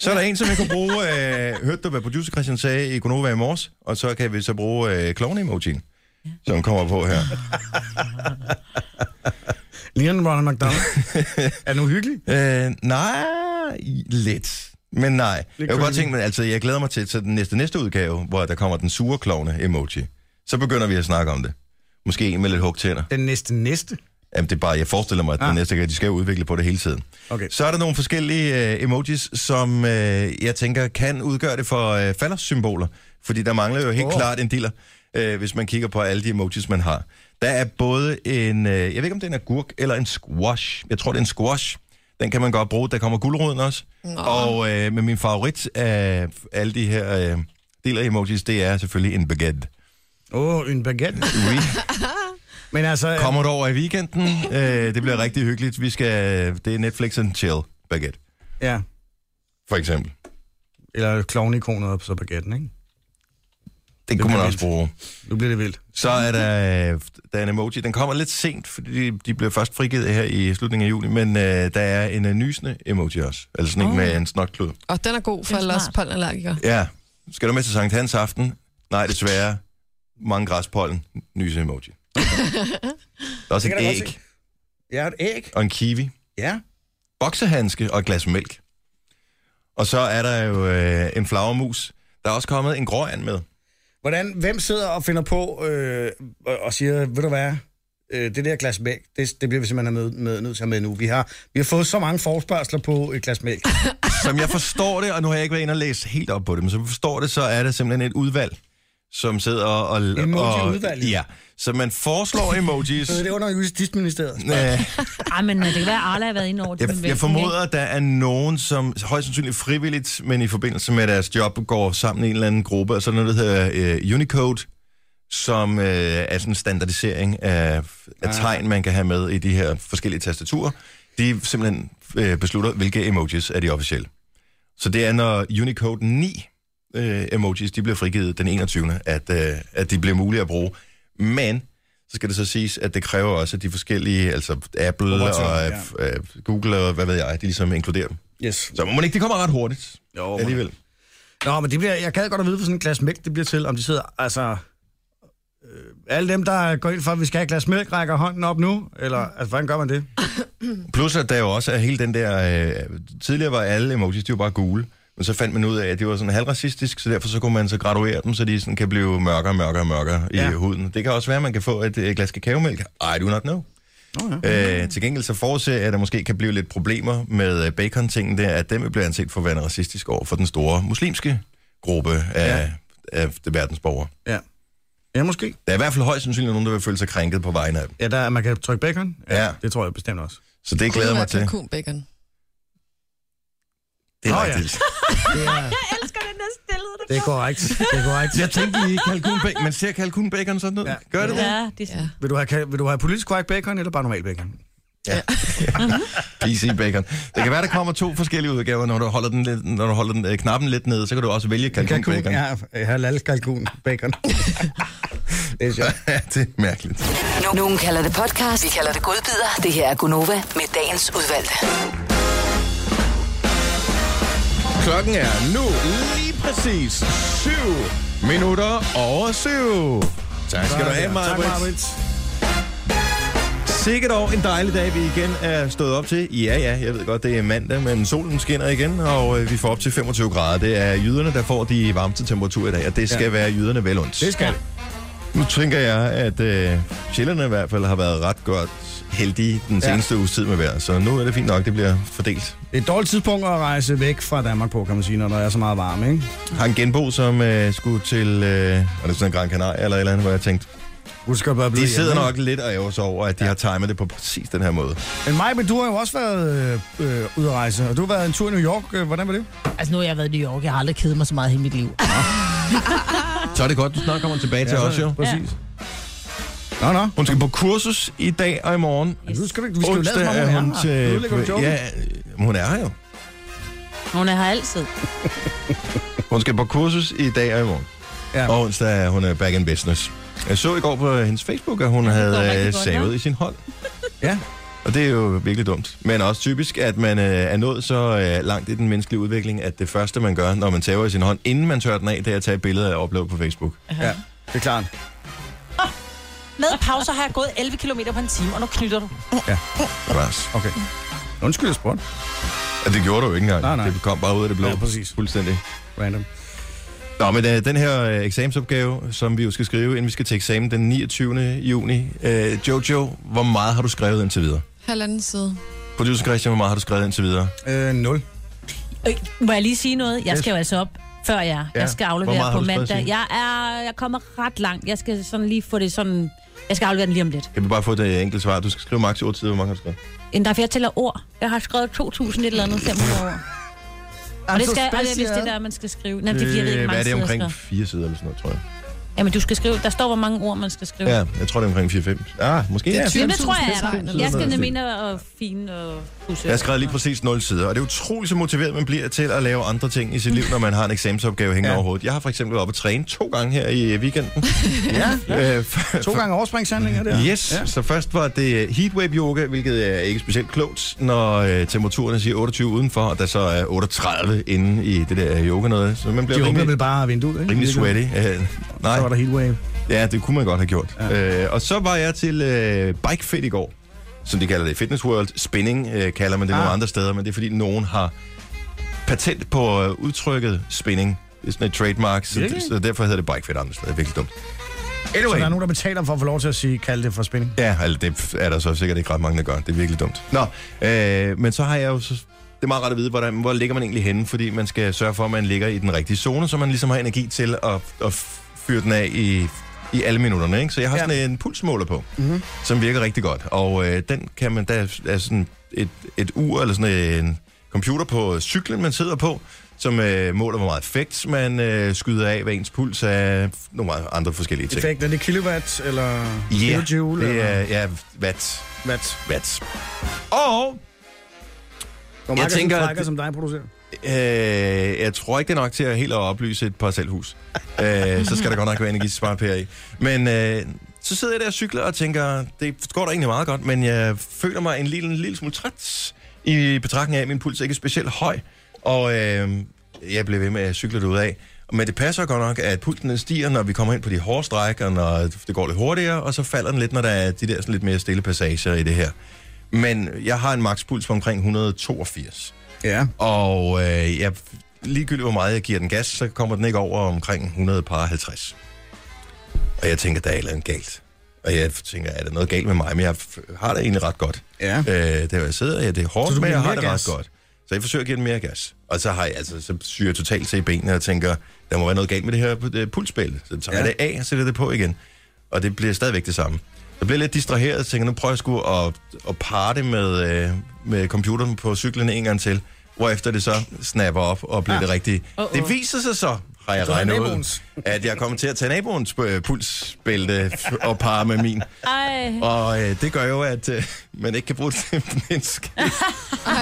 Så er der en, som jeg kunne bruge... Øh, hørte du, hvad producer Christian sagde i Gonova i morges? Og så kan vi så bruge øh, klovne-emojien, som kommer på her.
Ligner den Ronald McDonald? er den uhyggelig?
Øh, nej, lidt. Men nej. Jeg kunne godt
crazy.
tænke mig, altså, jeg glæder mig til, til den næste, næste udgave, hvor der kommer den sure klovne emoji. Så begynder vi at snakke om det. Måske en med lidt hugtænder.
Den næste næste?
Jamen, det er bare, jeg forestiller mig, at ah. den
Ah.
næste gang, de skal jo udvikle på det hele tiden.
Okay.
Så er der nogle forskellige øh, emojis, som øh, jeg tænker kan udgøre det for øh, faldersymboler. Fordi der mangler jo helt oh.
Åh.
klart en dealer, øh, hvis man kigger på alle de emojis, man har. Der er både en, øh, jeg ved ikke om det er en agurk eller en squash. Jeg tror, det er en squash. Den kan man godt bruge. Der kommer guldroden også. Nå. Og øh, men min favorit af alle de her øh, dealer emojis, det er selvfølgelig en baguette.
Åh, oh, en baguette.
Oui.
Men altså,
Kommer du over i weekenden? Øh, det bliver rigtig hyggeligt. Vi skal, det er Netflix and chill baguette,
ja.
for eksempel.
Eller klovneikonet på så baguetten, ikke?
Det kunne man
bliver
også
vildt.
bruge.
Nu bliver det vildt.
Så er der, øh, der er en emoji. Den kommer lidt sent, fordi de, de bliver først frigivet her i slutningen af juli, men øh, der er en øh, nysende emoji også. Altså sådan en med en snotklud.
Og den er god for
Det er
alle os
smart.
pollenallergikere.
Ja. Skal du med til Sankt Hans aften? Nej, desværre. Mange græspollen. Nyse emoji. Der er også
Det
et
kan jeg godt
æg
Ja, et æg.
og en kiwi.
Ja.
boksehandske og et glas mælk. Og så er der jo øh, en flagermus. Der er også kommet en gråand med.
Hvordan, hvem sidder og finder på øh, og- og siger, ved du hvad, øh, det der glas mælk, det, det bliver vi simpelthen med, med, nødt til at have med nu. Vi har, vi har fået så mange forspørgseler på et glas mælk.
Som jeg forstår det, og nu har jeg ikke været inde og læse helt op på det, men som jeg forstår det, så er det simpelthen et udvalg, som sidder og... og
Emoji-udvalget.
og- Ja, så man foreslår emojis.
Så Øh, det er under Justitsministeriet.
Øh,
Ej, men det kan være, Arla har været inde over det.
Jeg, jeg formoder, at der er nogen, som højst sandsynligt frivilligt, men i forbindelse med deres job, går sammen i en eller anden gruppe, og så er der noget, der hedder øh, Unicode, som øh, er sådan en standardisering af, af tegn, man kan have med i de her forskellige tastaturer. De simpelthen øh, beslutter, hvilke emojis er de officielle. Så det er, når Unicode 9 øh, emojis, de bliver frigivet den 21., at, øh, at de bliver mulige at bruge. Men så skal det så siges, at det kræver også, at de forskellige, altså Apple
Operatører,
og øh, øh, Google og hvad ved jeg, de ligesom inkluderer dem.
Yes.
Så må man ikke, det kommer ret hurtigt
Jo,
oh,
man.
alligevel.
Nå, men det bliver, jeg gad godt at vide, hvor sådan et glas mælk det bliver til, om de sidder, altså... Øh, alle dem, der går ind for, at vi skal have et glas mælk, rækker hånden op nu, eller altså, hvordan gør man det?
Plus at der jo også er hele den der, øh, tidligere var alle emojis, de var bare gule. Men så fandt man ud af, at det var sådan halvracistisk, så derfor så kunne man så graduere dem, så de sådan kan blive mørkere, mørkere, mørkere i
Ja.
huden. Det kan også være, at man kan få et, øh, glas kakaomælk. I do not know. Okay. Øh, til gengæld så forudser jeg, at der måske kan blive lidt problemer med øh, bacon-tingen der, at dem bliver anset for at være racistisk over for den store muslimske gruppe af, ja. af det verdensborgere.
Ja. Ja, måske.
Der er i hvert fald højst sandsynligt nogen, der vil føle sig krænket på vegne af dem.
Ja, der, er- man kan trykke bacon.
Ja.
Det tror jeg bestemt også.
Så det glæder jeg mig til. Det
Kalkunbacon.
er
Nå ja.
rigtigt.
Det er,
elsker den der stillhed,
det er korrekt. Det er korrekt.
Jeg tænkte lige kalkunbacon. Man ser kalkunbacon sådan ud. Ja.
Ja.
Gør det det?
Ja, det er
Ja.
sådan.
Vil du have, kan, vil du have politisk korrekt bacon, eller bare normal bacon?
PC bacon. Det kan være, der kommer to forskellige udgaver. Når du holder, den lidt, når du holder den, øh, knappen lidt nede, så kan du også vælge kalkunbacon.
Ja, jeg har lavet kalkun bacon. det er sjovt.
Ja, det er mærkeligt.
Nu- Nogen kalder det podcast, vi kalder det godbider. Det her er Gunova med dagens udvalgte.
Klokken er nu lige præcis 7 minutter over 7. Tak skal du have,
Tak,
Maja
Marbrit.
Sikkert dog en dejlig dag, vi igen er stået op til. Ja, ja, jeg ved godt, det er mandag, men solen skinner igen, og øh, vi får op til 25 grader. Det er jyderne, der får de varmeste temperaturer i dag, og det skal ja. være jyderne vel ondt.
Det skal det.
Nu tænker jeg, at øh, sjælderne i hvert fald har været ret godt heldige den
Ja.
seneste uges tid med vejr, så nu er det fint nok, det bliver fordelt.
Det er et dårligt tidspunkt at rejse væk fra Danmark på, kan man sige, når der er så meget varme, ikke?
har en genbo, som øh, skulle til, øh, var det sådan en Gran Canaria eller et eller andet, hvor jeg tænkte,
Du skal bare blive
de sidder
hjemme,
nok lidt og ærger sig over, at de har timet det på præcis den her måde.
ikke? Men Maj, men du har jo også været øh, øh, ude at rejse, og du har været en tur i New York. Øh, Hvordan var det?
Altså, nu har jeg været i New York. Jeg har aldrig kedet mig så meget i hele mit liv.
Så er det godt, du snart kommer tilbage til os, jo.
Præcis. Nå, nå.
Hun skal på kursus i dag og i morgen.
Yes. Nu skal du, ikke- vi skal jo lade som om, hun
er hun
er her. Nu
til...
lægger du joken.
Ja, men hun er her jo.
Hun er her altid.
Hun skal på kursus i dag og i morgen.
Ja.
Og onsdag er hun øh, back in business. Jeg så i går på hendes Facebook, at hun
går
havde
rigtig
øh,
godt,
savet
hva'?
i sin hånd.
ja.
Og det er jo virkelig dumt. Men også typisk, at man øh, er nået så øh, langt i den menneskelige udvikling, at det første, man gør, når man tager i sin hånd, inden man tørrer den af, det er at tage et billede og opleve på Facebook.
ja, det er klart.
Med pauser har jeg gået 11 km på en time, og nu knytter du.
Ras.
Okay. Undskyld, jeg spurgte.
Og det gjorde du jo ikke engang.
Nej, nej.
Det kom bare ud af det blå.
Ja, præcis.
Fuldstændig.
Random.
Nå, men øh, den her øh, eksamensopgave, som vi jo skal skrive, inden vi skal til eksamen den 29. juni. Øh, Jojo, hvor meget har du skrevet indtil videre?
Halvanden side.
Producer Christian, hvor meget har du skrevet indtil videre?
Øh, 0.
Øh, må jeg lige sige noget? Jeg skal jo altså op før jeg.
Ja.
Ja. Jeg skal
Hvor meget
aflevere
har
på
du skrevet,
mandag.
Signe?
Jeg er, jeg kommer ret langt. Jeg skal sådan lige få det sådan... Jeg skal aflevere den lige om lidt.
Kan vi bare få det enkelte svar? Du skal skrive maks 8 sider, hvor mange har du skrevet?
End der, for jeg tæller ord. Jeg har skrevet 2.000 et eller andet 500 ord. Og det skal og det er vist det der, man skal skrive. Nej, det bliver ikke
Øh, hvad
mange
er det
sider, jeg
omkring
skriver.
4 sider eller sådan noget, tror jeg.
Jamen, du skal skrive... Der står, hvor mange ord, man skal skrive.
Ja, jeg tror, det er omkring 4-5. Ah, måske. Ja.
Jamen, det tror jeg, jeg er
20.000.
der. Jeg skal nemlig ind og fine og pusse.
Jeg har skrevet lige præcis 0 sider, og det er utroligt så motiveret, man bliver til at lave andre ting i sit liv, når man har en eksamensopgave hængende ja.
Ja.
over hovedet. Jeg har for eksempel været oppe og træne to gange her i øh, weekenden. ja. Øh, f-
To gange overspringshandlinger der.
Yes, ja. så først var det øh, heatwave yoga, hvilket er ikke specielt klogt, når øh, temperaturen siger 28 udenfor, og der så er 38 inde i det der yoga noget. Så man
De
bliver
åbner
rimelig,
vel bare vinduet, ikke? Ligesom-
rimelig sweaty. Øh, nej,
Så var der helt wave.
Ja, det kunne man godt have gjort. Ja. Øh, og så var jeg til øh, Bike Fit i går, som de kalder det. Fitness World. Spinning øh, kalder man det ah. nogle andre steder, men det er fordi, nogen har patent på øh, udtrykket spinning. Det er sådan et trademark, så,
Virkelig?
så derfor hedder det Bike Fit andre steder. Det er virkelig dumt.
Så der er
Anyway.
nogen, der betaler for at få lov til at sige, kalde det for spænding.
Ja, altså, det er der så sikkert ikke ret mange, der gør. Det er virkelig dumt. Nå, øh, men så har jeg jo... Så, det er meget rart at vide, hvordan, hvor ligger man egentlig henne, fordi man skal sørge for, at man ligger i den rigtige zone, så man ligesom har energi til at, at fyre den af i, i alle minutterne. Ikke? Så jeg har
Ja.
sådan en pulsmåler på, mm-hmm. som virker rigtig godt. Og øh, den kan man, der er sådan et, et ur eller sådan en computer på cyklen, man sidder på, som øh, måler, hvor meget effekt man øh, skyder af, hvad ens puls er, nogle andre forskellige ting.
Effekt, er det kilowatt eller
Ja,
kilojoule?
det
eller
er ja, watt.
watt?
Watt. Og
Hvor meget
tænker,
jeg tænker,
at
frækker,
det-
som dig producerer?
øh, jeg tror ikke, det er nok til at helt at oplyse et parcelhus. øh, så skal der godt nok være energisparepærer i. Men øh, så sidder jeg der og cykler og tænker, det går da egentlig meget godt, men jeg føler mig en lille, en lille smule træt i betragtning af, at min puls ikke er specielt høj. Og øh, jeg blev ved med at cykle det ud af. Men det passer godt nok, at pulsen den stiger, når vi kommer ind på de hårde stræk, og når det går lidt hurtigere, og så falder den lidt, når der er de der sådan lidt mere stille passager i det her. Men jeg har en makspuls på omkring 182.
Ja.
Og øh, jeg, ligegyldigt hvor meget jeg giver den gas, så kommer den ikke over omkring 100 par 50. Og jeg tænker, der er et eller andet galt. Og jeg tænker, er der noget galt med mig? Men jeg f- har det egentlig ret godt.
Ja.
Øh, der hvor jeg sidder, ja, det er
Så
hårdt,
du
men
giver
jeg har
mere
det
gas?
ret godt. Så jeg forsøger at give den mere gas. Og så, har jeg, altså, så syger jeg totalt til i benene og tænker, der må være noget galt med det her øh, pulsspil. Så tager jeg
Ja.
det af og sætter det på igen. Og det bliver stadigvæk det samme. Jeg bliver lidt distraheret og tænker, nu prøver jeg sgu at, at parre det med, øh, med computeren på cyklen en gang til. Hvorefter det så snapper op og bliver ah. det rigtige. Uh-oh. Det viser sig så, har jeg
Så er
regnet ud,
naboens.
at jeg kommer til at tage naboens øh, pulsbælte f- og parre med min.
Ej.
Og øh, det gør jo, at øh, man ikke kan bruge det til en menneske.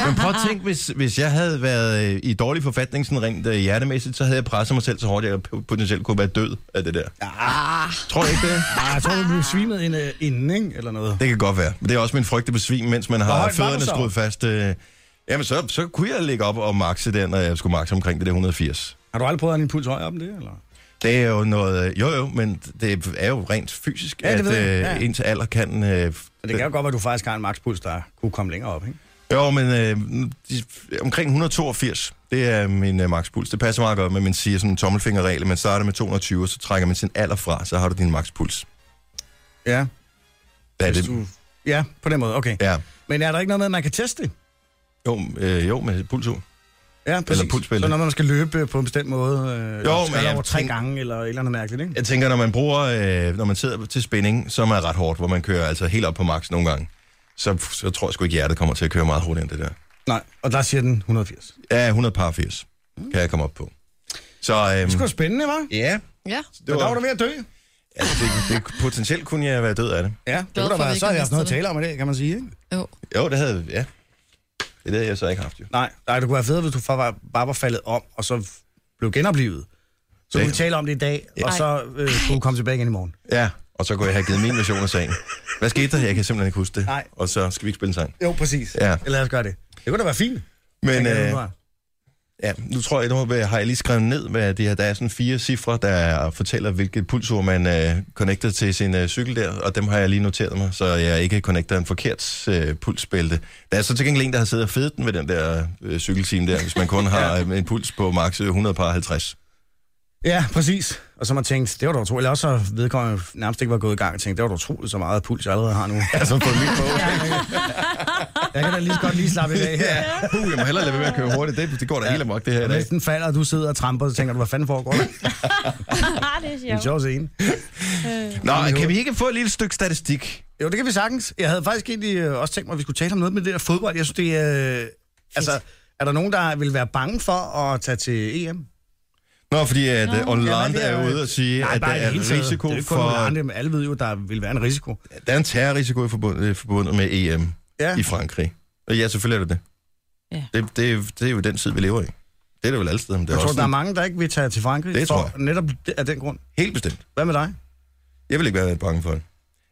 Men prøv at tænke, hvis, hvis jeg havde været øh, i dårlig forfatning, sådan rent øh, hjertemæssigt, så havde jeg presset mig selv så hårdt, at jeg p- potentielt kunne være død af det der. Ah. Tror du ikke det?
Ah, jeg tror, du blev svimet ind, øh, inden, ikke? Eller noget.
Det kan godt være. Men det er også min frygt at besvime, mens man
Hvor
har
højt var du
fødderne
så?
skruet fast. Øh, jamen, så, så kunne jeg ligge op og makse den, når jeg skulle makse omkring det der 180.
Har du aldrig prøvet at have din puls højere op end det, eller?
Det er jo noget... øh, Jo, jo, men det er jo rent fysisk,
Ja, det
at
ved jeg.
øh,
Ja.
ens alder kan... Øh,
Men det kan jo godt være, at du faktisk har en makspuls, der kunne komme længere op, ikke?
jo, men øh, de, omkring 182, det er min øh, makspuls. Det passer meget godt med, at man siger sådan en tommelfingerregel. Man starter med 220, og så trækker man sin alder fra, så har du din makspuls.
Ja,
Det er
hvis
det.
du... Ja, på den måde, okay. Ja.
Ja.
Men er der ikke noget med, at man kan teste det?
Jo, øh, jo, med pulsur.
Ja,
pulsbælte.
Så når man skal løbe øh, på en bestemt måde, øh, jo,
men jeg
over tre
tænker-
gange eller et eller andet mærkeligt, ikke?
Jeg tænker, når man bruger, øh, når man sidder til spænding, som er ret hårdt, hvor man kører altså helt op på max nogle gange, så, så tror jeg sgu ikke, hjertet kommer til at køre meget hurtigere end det der.
Nej, og der siger den
Øhm.
180. Det
Ja, 100 par 80 kan jeg komme op på. Så øhm,
Mm. skulle spændende, hva'? Ja,
Ja.
det,
der var
var,
du ved at dø.
altså, det, det, potentielt kunne jeg være død af det.
Ja, det
Glad
kunne da
for, at
være,
vi ikke
så havde
har
jeg haft noget at
mistet
tale om i dag, kan man sige, ikke?
Jo.
Jo, det havde ja. Det havde jeg så ikke haft, jo.
Nej, nej, det kunne være fedt, hvis du fa- var- bare var faldet om, og så blev genoplevet. Så
Ja.
kunne vi tale om det i dag, og så øh, kunne du komme tilbage igen i morgen.
Ja, og så kunne jeg have givet min version af sagen. Hvad skete der? Jeg kan simpelthen ikke huske det.
Nej.
Og så skal vi ikke spille en sang.
Jo, præcis.
Ja.
Lad os gøre det. Det kunne da være fint.
Men
tænker jeg
øh,
umiddelbart.
ja, nu tror jeg, nu har jeg- har jeg lige skrevet ned, hvad det her. Der er sådan fire cifre, der fortæller, hvilket pulsur man øh, connecter til sin øh, cykel der, og dem har jeg lige noteret mig, så jeg ikke connecter en forkert øh, pulsbælte. Der er så til gengæld en, der har siddet og fedet den med den der øh, cykeltime der, hvis man kun har øh, en puls på maks 100 par 50.
Ja, præcis. Og så har man tænkt, det var da utroligt. Eller også har vedkommende nærmest ikke var gået i gang og tænkt, det var da utroligt, så meget puls jeg allerede har nu.
Altså på mit på.
Jeg kan da lige så godt lige slappe i dag her.
Uh, jeg må hellere lade være med at køre hurtigt. Det, det går da ja. helt amok, det her i
Og
dag.
Hvis den falder, og du sidder og tramper, så tænker du, hvad fanden foregår der? Det
Ah, det er
er
sjovt.
en sjov scene.
Øh.
Nå, kan vi ikke få et lille stykke statistik?
Jo, det kan vi sagtens. Jeg havde faktisk egentlig øh, også tænkt mig, at vi skulle tale om noget med det der fodbold. Jeg synes, det er... Øh, altså, er der nogen, der vil være bange for at tage til E EM?
Nå, fordi øh, at Nå, Hollande
Ja, nej,
er
det er-
ude og sige, at der
bare i det
er
hele taget.
risiko
det er jo ikke kun
for...
Hollande, men alle ved jo, der vil være en risiko.
Der er en terrorrisiko i forbundet, øh, forbundet med EM
Ja.
ja. i Frankrig. Og ja, selvfølgelig er det det.
Ja.
Det, det. det er jo den tid, vi lever i. Det er det vel alle steder, men det er
Jeg tror,
også
der er
sådan,
mange, der ikke vil tage til Frankrig.
Det
for-
tror jeg.
Netop af den grund.
helt bestemt.
Hvad med dig?
Jeg vil ikke være bange for det.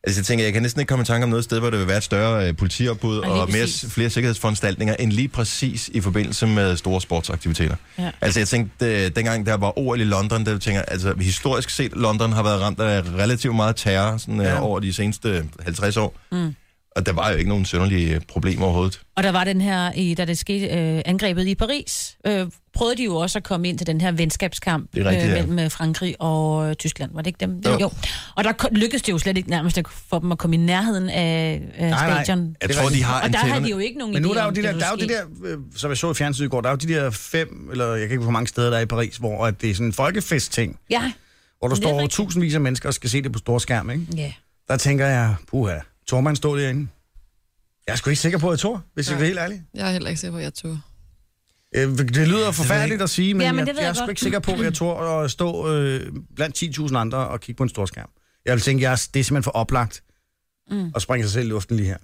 Altså, jeg tænker, jeg kan næsten ikke komme i tanke om noget sted, hvor der vil være et større øh, politiopbud
Og lige
og, og mere,
præcis.
flere sikkerhedsforanstaltninger, end lige præcis i forbindelse med store sportsaktiviteter.
Ja.
Altså, jeg tænkte, øh, dengang der var OL i London, der tænker jeg, altså, historisk set, London har været ramt af relativt meget terror sådan, ja.
Ja.
over de seneste 50 år. Mm. Og der var jo ikke nogen sønderlige øh, problemer overhovedet.
Og der var den her, i, da det skete øh, angrebet i Paris, øh, prøvede de jo også at komme ind til den her venskabskamp
Det er rigtigt, ja.
mellem øh, Frankrig og øh, Tyskland, var det ikke dem?
Jo.
Og der ko- lykkedes det jo slet ikke nærmest at få dem at komme i nærheden af øh,
nej.
stadion.
Jeg
Det er
tror, de
rigtigt.
har
Og der havde
antennerne.
de jo ikke nogen
Men nu er
idé
der jo
om,
det der, der er jo
ville
det der, øh, som jeg så i fjernsynet i går, der er jo de der fem, eller jeg kan ikke hvor mange steder, der er i Paris, hvor at det er sådan en folkefest-ting,
ske. Ja,
hvor der
Det er
står
rigtigt.
tusindvis af mennesker og skal se det på store skærm, ikke?
ja.
Der tænker jeg, puha, Thor man stod derinde. Jeg er sgu ikke sikker på, at jeg tror, hvis jeg er helt ærlig.
Jeg er heller ikke sikker på, at jeg tog.
Øh, Det lyder forfærdeligt at sige, men
Ja,
ja,
men
men
det
jeg,
ved
jeg, er
jeg
sgu
godt.
ikke sikker på, at jeg tror at stå øh, blandt 10.000 andre og kigge på en stor skærm. Jeg vil tænke, jeg, er- det er simpelthen for oplagt mm. at springe sig selv i luften lige her.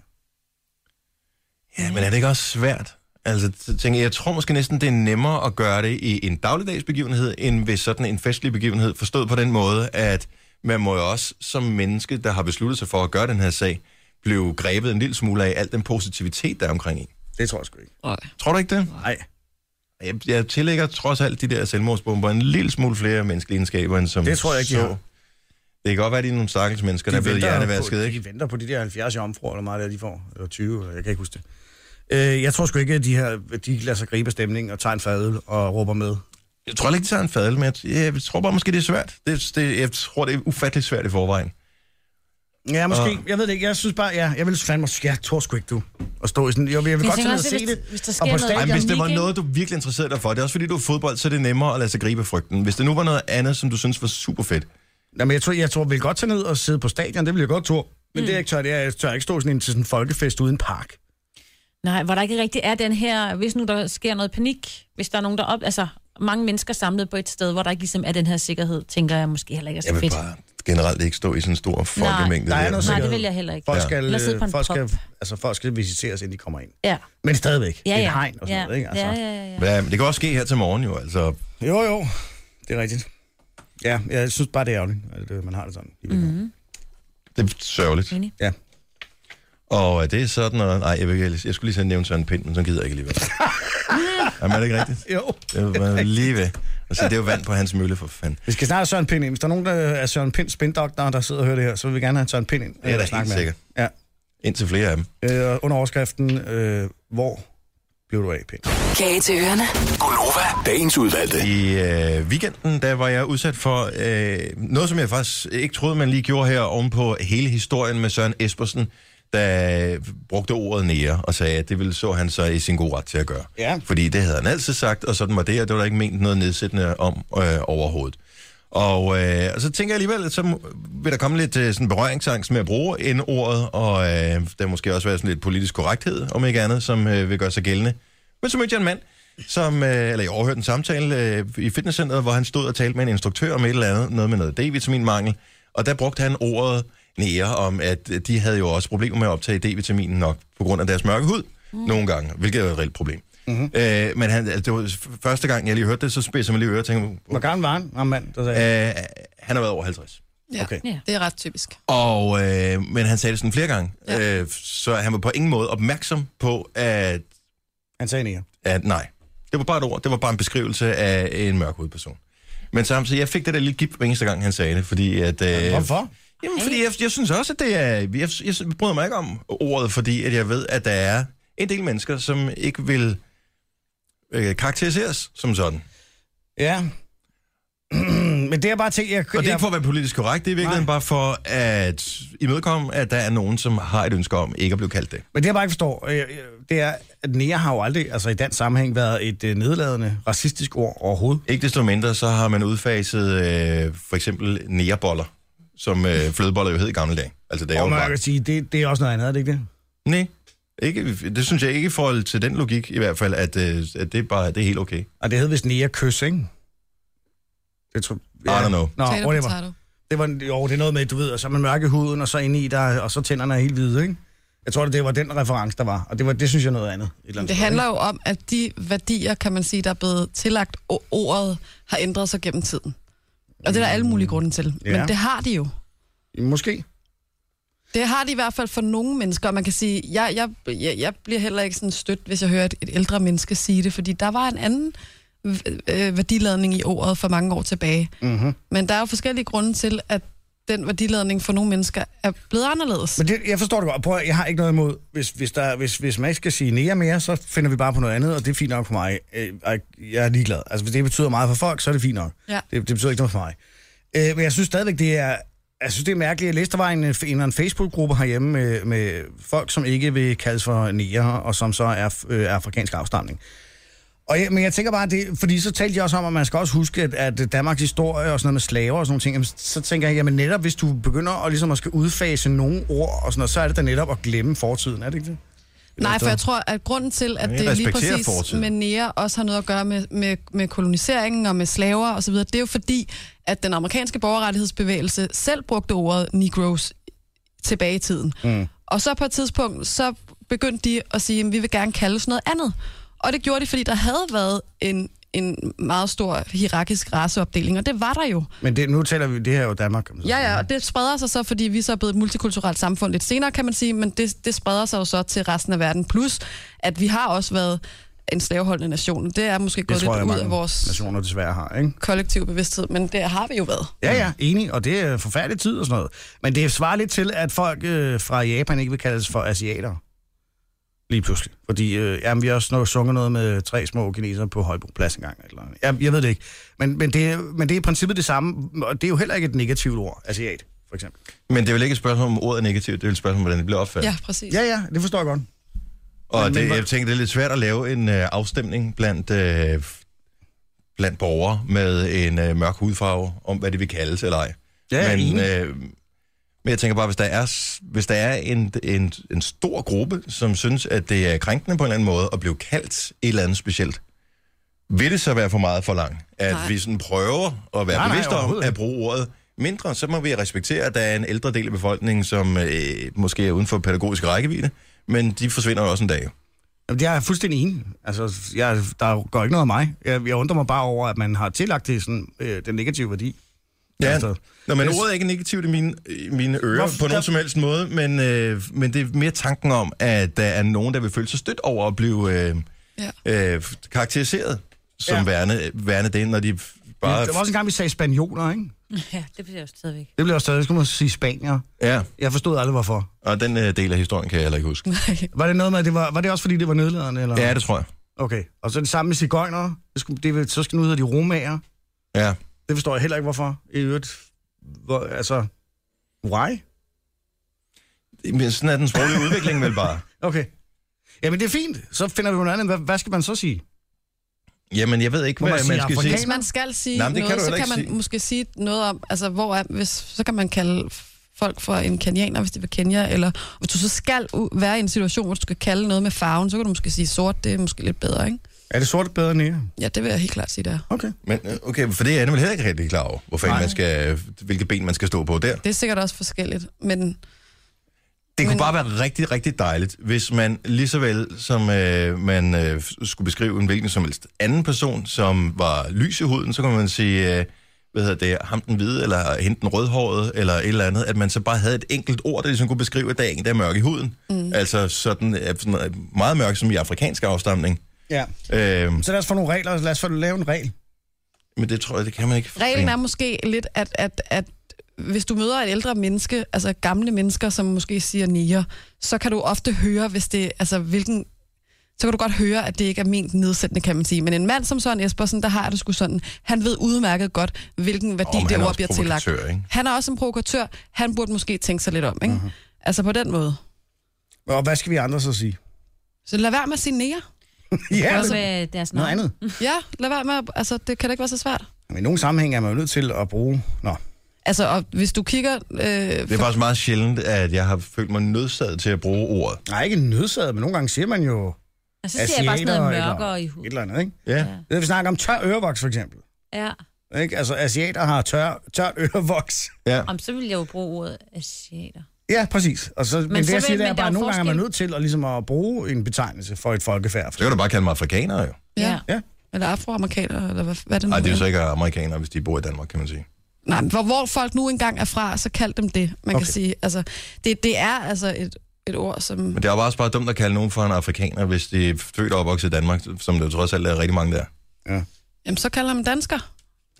Ja, men er det ikke også svært? Altså, t- tænker, jeg jeg tror måske næsten, det er nemmere at gøre det i en dagligdags begivenhed, end ved sådan en festlig begivenhed, forstået på den måde, at man må jo også som menneske, der har besluttet sig for at gøre den her sag, blive grebet en lille smule af al den positivitet, der er omkring en.
Det tror jeg sgu ikke.
Nej.
Tror du ikke det?
Nej.
Jeg, jeg tillægger trods alt de der selvmordsbomber en lille smule flere menneskelige egenskaber, end som
Det tror jeg ikke, de
så.
har.
Det kan godt være, at de er nogle stakkels mennesker, de der er blevet hjernevasket,
på,
ikke?
De venter på de der 70 jomfruer, eller meget der de får. Eller 20, eller jeg kan ikke huske det. Øh, jeg tror sgu ikke, at de her de lader sig gribe af stemningen og tager en fadøl og råber med.
Jeg tror heller ikke, de tager en fadel, men jeg, jeg tror bare, måske det er svært. Det, det, jeg tror, det er ufatteligt svært i forvejen.
Ja, måske.
Og-
Jeg ved det ikke. Jeg synes bare, ja, jeg vil fandme, jeg tror sgu ikke, du. Og stå i sådan, jo, jeg vil
tænker
godt tænke at
også,
se
hvis-
det.
hvis der
og
sker
på
noget-
stadion-
Ej, men hvis det var
Jamaica.
noget, du virkelig interesserede dig for, det er også fordi, du er fodbold, så er det nemmere at lade sig gribe af frygten. Hvis det nu var noget andet, som du synes var super fedt.
Nå, men jeg tror, jeg tror, jeg vil godt tage ned og sidde på stadion, det vil jeg godt tro. Men mm. det jeg ikke tør, det er, jeg tør ikke stå sådan en, til sådan en folkefest uden park.
Nej, hvor der ikke rigtig er den her, hvis nu der sker noget panik, hvis der er nogen, der op... Altså, mange mennesker samlet på et sted, hvor der ikke ligesom er den her sikkerhed, tænker jeg måske heller ikke er så
Jeg vil
fedt.
bare generelt ikke stå i sådan en stor folkemængde.
der er
der.
noget
Nej,
sikkerhed.
det vil jeg heller ikke.
Folk
Ja.
skal,
Eller sidde på
øh,
en
folk skal,
prop.
altså, folk skal visiteres, inden de kommer ind.
Ja.
Men stadigvæk.
Ja,
Det er
ja.
et hegn og sådan
ja.
noget, ikke? Altså.
Ja, ja, ja.
Ja, men det kan også ske her til morgen jo, altså.
Jo, jo. Det er rigtigt. Ja, jeg synes bare, det er ærgerligt, at øh, man har det sådan. Mm-hmm.
Det er sørgeligt.
Enig.
Ja.
Og er det sådan noget... Nej, jeg, vil, ikke- jeg skulle lige så nævne Søren Pind, men så gider jeg ikke alligevel. Jamen, er det ikke rigtigt?
Jo.
Jeg var lige ved. Altså, det er jo vand på hans mølle, for fanden.
Vi skal snart have Søren Pind ind. Hvis der er nogen, der er Søren Pinds spindokter, der sidder og hører det her, så vil vi gerne have Søren Pind ind.
er da
øh, og
helt
snakke med
sikkert.
ham.
Indtil flere af dem.
Ja. Øh, under overskriften, øh, hvor blev du af, Pind?
Kage til ørerne.
Gonova, dagens udvalgte.
I øh, weekenden, der var jeg udsat for øh, noget, som jeg faktisk ikke troede, man lige gjorde her ovenpå hele historien med Søren Espersen, der brugte ordet nære og sagde, at det ville så han så i sin gode ret til at gøre.
Ja.
Fordi det havde han altid sagt, og sådan var det, og det var der ikke ment noget nedsættende om øh, overhovedet. Og, øh, og så tænker jeg alligevel, at så må- vil der komme lidt øh, sådan berøringsangst med at bruge N-ordet, og øh, der måske også være sådan lidt politisk korrekthed, om ikke andet, som øh, vil gøre sig gældende. Men så mødte jeg en mand, som, øh, eller jeg overhørte en samtale øh, i fitnesscenteret, hvor han stod og talte med en instruktør om et eller andet, noget med noget D-vitaminmangel, og der brugte han ordet nære om, at øh, de havde jo også problemer med at optage D-vitaminen nok, på grund af deres mørke hud, mm. nogle gange, hvilket er jo et reelt problem. Mm-hmm. Øh, men han, altså, det var f- første gang, jeg lige hørte det, så spidser man lige ører og tænker,
Hvor gammel var han, ham mand, der sagde,
øh, han har været over 50.
Ja,
Okay.
okay. det er ret typisk.
Og, øh, men han sagde det sådan flere gange, ja.
Ja.
øh, så han var på ingen måde opmærksom på, at,
han sagde nære.
at nej, det var bare et ord, det var bare en beskrivelse af en mørkhudet person. Men samtidig, jeg fik det der lille gip hver eneste gang, han sagde det, fordi at... Øh,
Hvorfor?
Jamen, fordi jeg, jeg synes også, at det er... Jeg, jeg, jeg bryder mig ikke om ordet, fordi at jeg ved, at der er en del mennesker, som ikke vil øh, karakteriseres som sådan.
Ja. Men det er bare ting, jeg...
Og det er
jeg-
ikke for at være politisk korrekt, det er i virkeligheden bare for at imødekomme, at der er nogen, som har et ønske om ikke at blive kaldt det.
Men det, jeg bare ikke forstår, øh, øh, det er, at nære har jo aldrig, altså i dansk sammenhæng, været et øh, nedladende racistisk ord overhovedet.
Ikke desto mindre, så har man udfaset øh, for eksempel næreboller, som øh, flødeboller jo hed i gamle dage. Altså, det er
Og
jo
man
bare...
kan sige, det, det er også noget andet, er det ikke det?
Nej, ikke, det synes jeg ikke i forhold til den logik i hvert fald, at, øh, at det, er bare, det er helt okay.
Og det hed vist nære kys, ikke? Det tror,
I don't know.
Nå,
Potato,
whatever.
potato.
Det var, jo, det er noget med, du ved, og så er man mørk i huden, og så inde i der, og så tænderne er helt hvide, ikke? Jeg tror, det, det var den reference, der var, og det, var, det synes jeg er noget andet. Et eller andet
Det
sted,
handler jo om, at de værdier, kan man sige, der er blevet tillagt o- ordet, har ændret sig gennem tiden. Og det er der alle mulige grunde til.
Ja.
Ja. Men det har de jo.
ikke? Måske.
Det har de i hvert fald for nogle mennesker, og man kan sige, jeg, jeg, jeg, jeg bliver heller ikke sådan stødt, hvis jeg hører et, et ældre menneske sige det, fordi der var en anden v- øh, værdiladning i ordet for mange år tilbage. Mm-hmm. Men der er jo forskellige grunde til, at den værdiladning for nogle mennesker er blevet anderledes.
Men det, jeg forstår det godt. Prøv, at- jeg har ikke noget imod, hvis, hvis, der, hvis, hvis man ikke skal sige nære mere, så finder vi bare på noget andet, og det er fint nok for mig. Øh, og Jeg er ligeglad. Altså, hvis det betyder meget for folk, så er det fint nok.
Ja.
Det, det betyder ikke noget for mig. Øh, men jeg synes stadigvæk, det er... Jeg synes, det er mærkeligt. Jeg læste, der var en, en, en, en Facebook-gruppe herhjemme med, med folk, som ikke vil kaldes for nære, og som så er f- øh, afrikansk afstamning. Og jeg, men jeg tænker bare, det, fordi så talte jeg også om, at man skal også huske, at, at Danmarks historie og sådan noget med slaver og sådan nogle ting, jamen, så tænker jeg, jamen netop hvis du begynder at, ligesom at skal udfase nogle ord og sådan noget, så er det da netop at glemme fortiden, er det ikke det?
Nej, for
der-
jeg tror, at grunden til, at
Men
det lige
respekterer
præcis
fortiden.
med nære også har noget at gøre med, med, med koloniseringen og med slaver osv., det er jo fordi, at den amerikanske borgerrettighedsbevægelse selv brugte ordet negroes tilbage i tiden. Mm. Og så på et tidspunkt, så begyndte de at sige, at vi vil gerne kaldes noget andet. Og det gjorde de, fordi der havde været en, en meget stor hierarkisk raceopdeling, og det var der jo.
Men det, nu taler vi, det her er jo Danmark. om så-
Ja, ja, og det spreder sig så, fordi vi så er blevet et multikulturelt samfund lidt senere, kan man sige, men det, det spreder sig jo så til resten af verden. Plus, at vi har også været en slaveholdende nation. Det er måske
det
gået
tror
lidt
jeg,
ud
mange
af vores
nationer desværre har, ikke?
kollektive bevidsthed, men det har vi jo været.
Ja, ja, enig, og det er forfærdelig tid og sådan noget. Men det svarer lidt til, at folk øh, fra Japan ikke vil kaldes for asiater. Lige pludselig. Fordi øh, jamen, vi har også noget, sunget noget med tre små kinesere på Højbro Plads engang. Eller, andet. jeg, jeg ved det ikke. Men, men, det, er- men det er i princippet det samme, og det er jo heller ikke et negativt ord, asiat, for eksempel.
Men det er vel ikke et spørgsmål om ordet er negativt, det er vel et spørgsmål om, hvordan det bliver opfattet.
Ja, præcis.
Altså, Ja, ja, det forstår jeg godt.
Og
Men-
det,
men-
jeg tænker, det er lidt svært at lave en øh, afstemning blandt, øh, blandt borgere med en øh, mørk hudfarve, om hvad det vil kaldes eller ej.
Ja, jeg er
men,
enig.
øh, men jeg tænker bare, hvis der er, s- hvis der er en, en, en stor gruppe, som synes, at det er krænkende på en eller anden måde at blive kaldt et eller andet specielt, vil det så være for meget for langt, at nej. vi sådan prøver at være nej,
Nej, nej,
bevidste nej, om
overhovedet
at
ikke.
bruge ordet mindre, så må vi respektere, at der er en ældre del af befolkningen, som øh, måske er uden for pædagogisk rækkevidde, men de forsvinder jo også en dag. jo.
Jamen, jeg er fuldstændig enig. Altså, jeg, der går ikke noget af mig. Jeg, jeg undrer mig bare over, at man har tillagt det sådan, øh, den negative værdi.
Ja,
Altså,
altså, Nå, men
hvis-
ordet er ikke negativt i mine, i mine ører
Hvorfor-
Hvorfor? på
der-
nogen som helst måde, men, øh, men det er mere tanken om, at der er nogen, der vil føle sig stødt over at blive øh,
Ja.
øh, karakteriseret som
Ja.
ja. værende, værende det, når de Bare-
Det var også en gang, vi sagde spanioler, ikke?
Ja, det bliver jeg også stadigvæk.
Det blev også stadig, skulle man sige spanier.
Ja,
Jeg forstod aldrig, hvorfor.
og den øh, del af historien kan jeg heller ikke huske.
Var det noget med, at det var, var det også fordi, det var nedladende? Eller?
Ja, det tror jeg.
Okay, og så det samme med cigøjnere. Det skulle, det, vil- så skal nu hedde de romager.
Ja.
Det forstår jeg heller ikke, hvorfor. I øvrigt, hvor, altså, why?
Men sådan er den sproglige udvikling vel bare.
Okay. Jamen, det er fint. Så finder vi jo noget andet. Hvad, hvad skal man så sige?
Jamen, jeg ved ikke,
Må
hvad
man
man,
sige
skal
afrikaner?
sige.
Hvis man skal sige
Nej, men
Nej,
det kan
noget, kan så
du heller
kan man
ikke sige.
måske sige noget om, altså hvor er, hvis, så kan man kalde folk for en kenianer, hvis det var Kenya, eller hvis du så skal u- være i en situation, hvor du skal kalde noget med farven, så kan du måske sige sort, det er måske lidt bedre, ikke?
Er det sort bedre end ære?
Ja, det vil jeg helt klart sige, der.
Okay.
Men øh, okay, for det er jeg vel heller ikke rigtig klar over, hvor fanden man skal, hvilke ben man skal stå på der.
Det er sikkert også forskelligt, men
Det kunne
Men-
bare være rigtig, rigtig dejligt, hvis man lige så vel som øh, man øh, skulle beskrive en hvilken som helst anden person, som var lys i huden, så kunne man sige, øh, hvad hedder det, ham den hvide, eller hende den rødhårede, eller et eller andet, at man så bare havde et enkelt ord, der ligesom kunne beskrive, at der er en, der er mørk i huden. Mm. Altså sådan, øh, sådan øh, meget mørk som i afrikansk afstamning.
Ja.
Øh,
Så lad os få nogle regler. Lad os få lave en regel.
men det tror jeg, det kan man ikke.
reglen er måske lidt, at, at, at hvis du møder et ældre menneske, altså gamle mennesker, som måske siger niger, så kan du ofte høre, hvis det, altså hvilken så kan du godt høre, at det ikke er ment nedsættende, kan man sige. Men en mand som Søren Espersen, der har jeg det sgu sådan, han ved udmærket godt, hvilken værdi oh,
Åh, men han
det
er
ord
også
bliver tillagt.
provokatør, ikke? Mhm.
Han er også en provokatør. Han burde måske tænke sig lidt om, ikke? Uh-huh. Altså på den måde.
Og hvad skal vi andre så sige?
Så lad være med at sige nære.
ja,
Også
men,
med deres
noget
navn.
andet.
Ja, lad være med at, altså det kan da ikke være så svært.
Men I nogle sammenhænge er man jo nødt til at bruge... Nå,
Altså, og hvis du kigger... Øh,
Det er faktisk meget sjældent, at jeg har følt mig nødsaget til at bruge ordet.
nej, ikke nødsaget, men nogle gange siger man jo...
Og så ser jeg bare sådan
asiater
noget
eller-
mørkere i
Et
huden.
eller andet, ikke?
Ja.
Det er, vi snakker om tør ørevoks, for eksempel.
Ja.
Ikke? Altså, asiater har tør, tørt ørevoks.
ja.
Om så ville jeg jo bruge ordet asiater.
Ja, præcis. Og så, men, men
så
det, jeg
vil-
siger, det
men
er
der
bare,
er
at
jo
nogle gange er man
forskel.
nødt til at, ligesom at bruge en betegnelse for et folkefærd.
Så kan du bare kalde mig afrikaner, jo.
ja.
Ja.
Eller afroamerikaner, eller hvad, hvad det nu
Nej, det er jo så ikke amerikanere, hvis de bor i Danmark, kan man sige.
Nej, men hvor, hvor folk nu engang er fra, så kald dem det, man okay.
Okay.
kan sige. Altså, det, det er altså et, et ord, som...
Men det er jo også bare dumt at kalde nogen for en afrikaner, hvis de er født og opvokset i Danmark, som der jo trods alt er rigtig mange der.
Jamen, så kalder man dansker.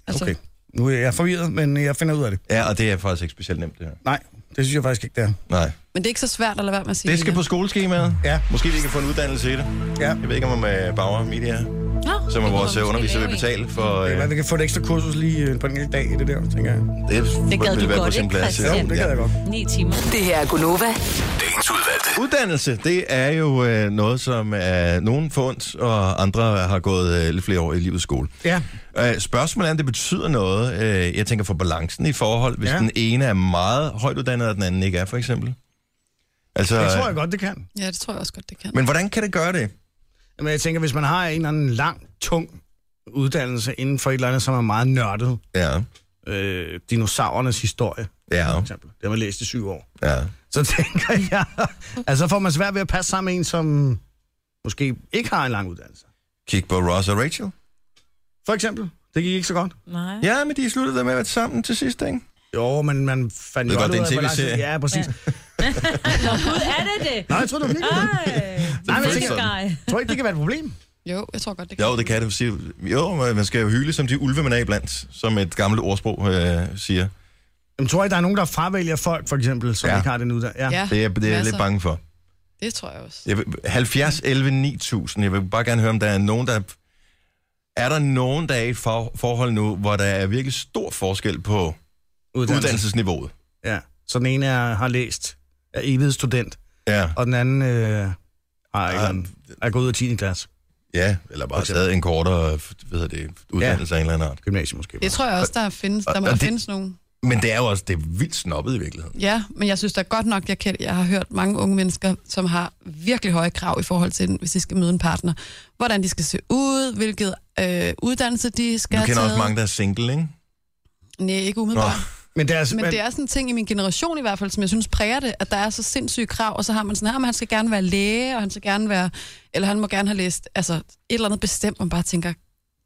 Altså,
Okay. Nu er jeg forvirret, men jeg finder ud af det.
Ja, og det er faktisk ikke specielt nemt, det her.
Nej, det synes jeg faktisk ikke, det er.
Nej.
Men det er ikke så svært at lade være med at sige
Det skal på skoleskemaet.
Ja.
Måske vi kan få en uddannelse i det.
Ja.
Jeg ved ikke, om uh, Bauer Media,
Nå, det
som er
kunne
vores øh,
man måske
underviser, vil
lave en.
betale for... Uh,
Det kan være, vi kan få et ekstra kursus lige øh, på en enkelt dag i det der, tænker jeg. Jo,
det, det
gad du godt, ikke, Christian?
det kan jeg godt.
9 timer.
Det her er Gunova.
Dagens udvalgte.
Uddannelse, det er jo øh, noget, som er nogen fundet, og andre har gået øh, lidt flere år i livets skole.
Ja.
Øh, spørgsmålet er, om det betyder noget, øh, jeg tænker for balancen i forhold, hvis
Ja.
ja. den ene er meget højt uddannet, og den anden ikke er, for eksempel. Altså,
Det tror jeg godt, det kan.
Ja, det tror jeg også godt, det kan.
Men hvordan kan det gøre det?
Men jeg tænker, hvis man har en eller anden lang, tung uddannelse inden for et eller andet, som er meget nørdet.
Ja,
Øh, dinosaurernes historie,
ja,
for eksempel. Det har man læst i syv år.
ja.
Så tænker jeg, altså får man svært ved at passe sammen med en, som måske ikke har en lang uddannelse.
Kig på Ross og Rachel.
For eksempel. Det gik ikke så godt.
Nej.
Ja, men de sluttede der med at være sammen til sidst, ikke?
Jo, men man fandt
Ved
jo
godt,
aldrig
det er en
ud af, hvor lang tid-
TV-serie.
Ja, præcis. Ja.
Gud, er det det?
Nej, jeg tror, det var virkelig.
Nej,
men jeg
Fældig
sådan.
guy.
Tror ikke, det kan være et problem?
Jo, jeg tror godt, det kan.
Jo, det kan det. sige. Jo, man skal jo hyle som de ulve, man er iblandt, som et gammelt ordsprog øh, siger.
Jamen, tror ikke, der er nogen, der fravælger folk, for eksempel, som
Ja.
ja. ikke har den uddannelse? Ja.
Ja,
Det er, det er jeg
masser.
lidt bange for.
Det tror jeg også.
Jeg vil, 70, 11, 9000. Jeg vil bare gerne høre, om der er nogen, der... Er der nogen, der er i et for- forhold nu, hvor der er virkelig stor forskel på uddannelsesniveauet?
Ja. Så den ene er, har læst, er evig student,
Ja, Ah,
og den anden øh, har
Ja.
ikke en, er gået ud af 10. klasse.
ja eller bare
eksempel.
stadig en kortere hvad hedder det, uddannelse ja. af en eller anden art.
Gymnasium måske.
Det tror jeg også, der findes,
Og-
der må
og det-
findes nogen.
Men det er jo også det er vildt snobbet i virkeligheden.
Ja, men jeg synes da godt nok, jeg, kan, jeg har hørt mange unge mennesker, som har virkelig høje krav i forhold til, hvis de skal møde en partner. Hvordan de skal se ud, hvilket øh, uddannelse de skal
Du kender
have
også
taget.
mange, der er single, ikke?
Nej, ikke
Nå, Altså,
umiddelbart.
Men det er,
Men det er sådan en ting i min generation i hvert fald, som jeg synes præger det, at der er så sindssyge krav, og så har man sådan her, men han skal gerne være læge, og han skal gerne være, eller han må gerne have læst, altså et eller andet bestemt, man bare tænker,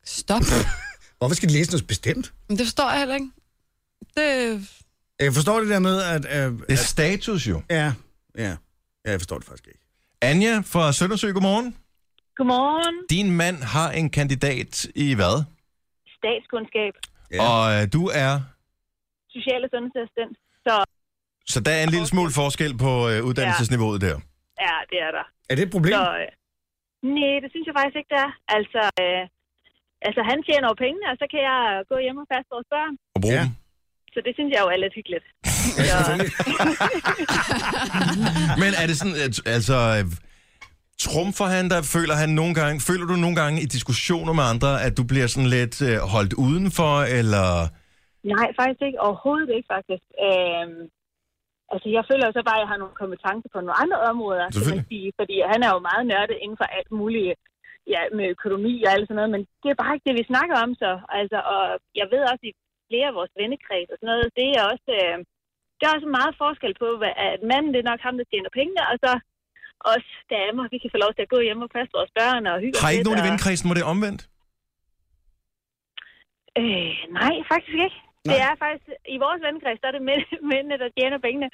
stop.
Hvorfor skal de læse noget bestemt?
men det forstår jeg heller ikke. Det,
Jeg forstår det der med, at... Øh,
det er status jo.
ja, ja. Ja, jeg forstår det faktisk ikke.
Anja fra Søndersø, godmorgen.
Godmorgen.
Din mand har en kandidat i hvad?
statskundskab,
Ja. Og øh, du er...
social- og sundhedsassistent. Så
Så der er en lille smule forskel på øh, uddannelsesniveauet der.
ja, det er der.
Er det et problem?
Så, øh, nej, det synes jeg faktisk ikke, det er. Altså, øh, altså han tjener jo pengene, og så kan jeg øh, gå hjem og passe vores børn.
Og bruge ja. dem.
Så det synes jeg jo er lidt hyggeligt.
Men er det sådan, at, altså... øh, Trumfer han der, føler han nogle gange, føler du nogle gange i diskussioner med andre, at du bliver sådan lidt øh, holdt udenfor, eller...
Nej, faktisk ikke. Overhovedet ikke, faktisk. Øhm, altså, jeg føler jo så bare, at jeg har nogle kompetencer på nogle andre områder, kan man
Selvfølgelig.
sige. Fordi han er jo meget nørdet inden for alt muligt ja, med økonomi og alt sådan noget, men det er bare ikke det, vi snakker om så. Altså, og jeg ved også, i flere af vores vennekreds og sådan noget, det er også, øh, der er også meget forskel på, hvad, at manden, det er nok ham, der tjener pengene, og så os damer, vi kan få lov til at gå hjem og passe vores børn og hygge os
Har I ikke
lidt,
nogen i
og-
vennekredsen, hvor det er omvendt?
Øh, nej, faktisk ikke. Nej. Det er faktisk, i vores vennekreds, der er det mænd, mændene, der tjener pengene.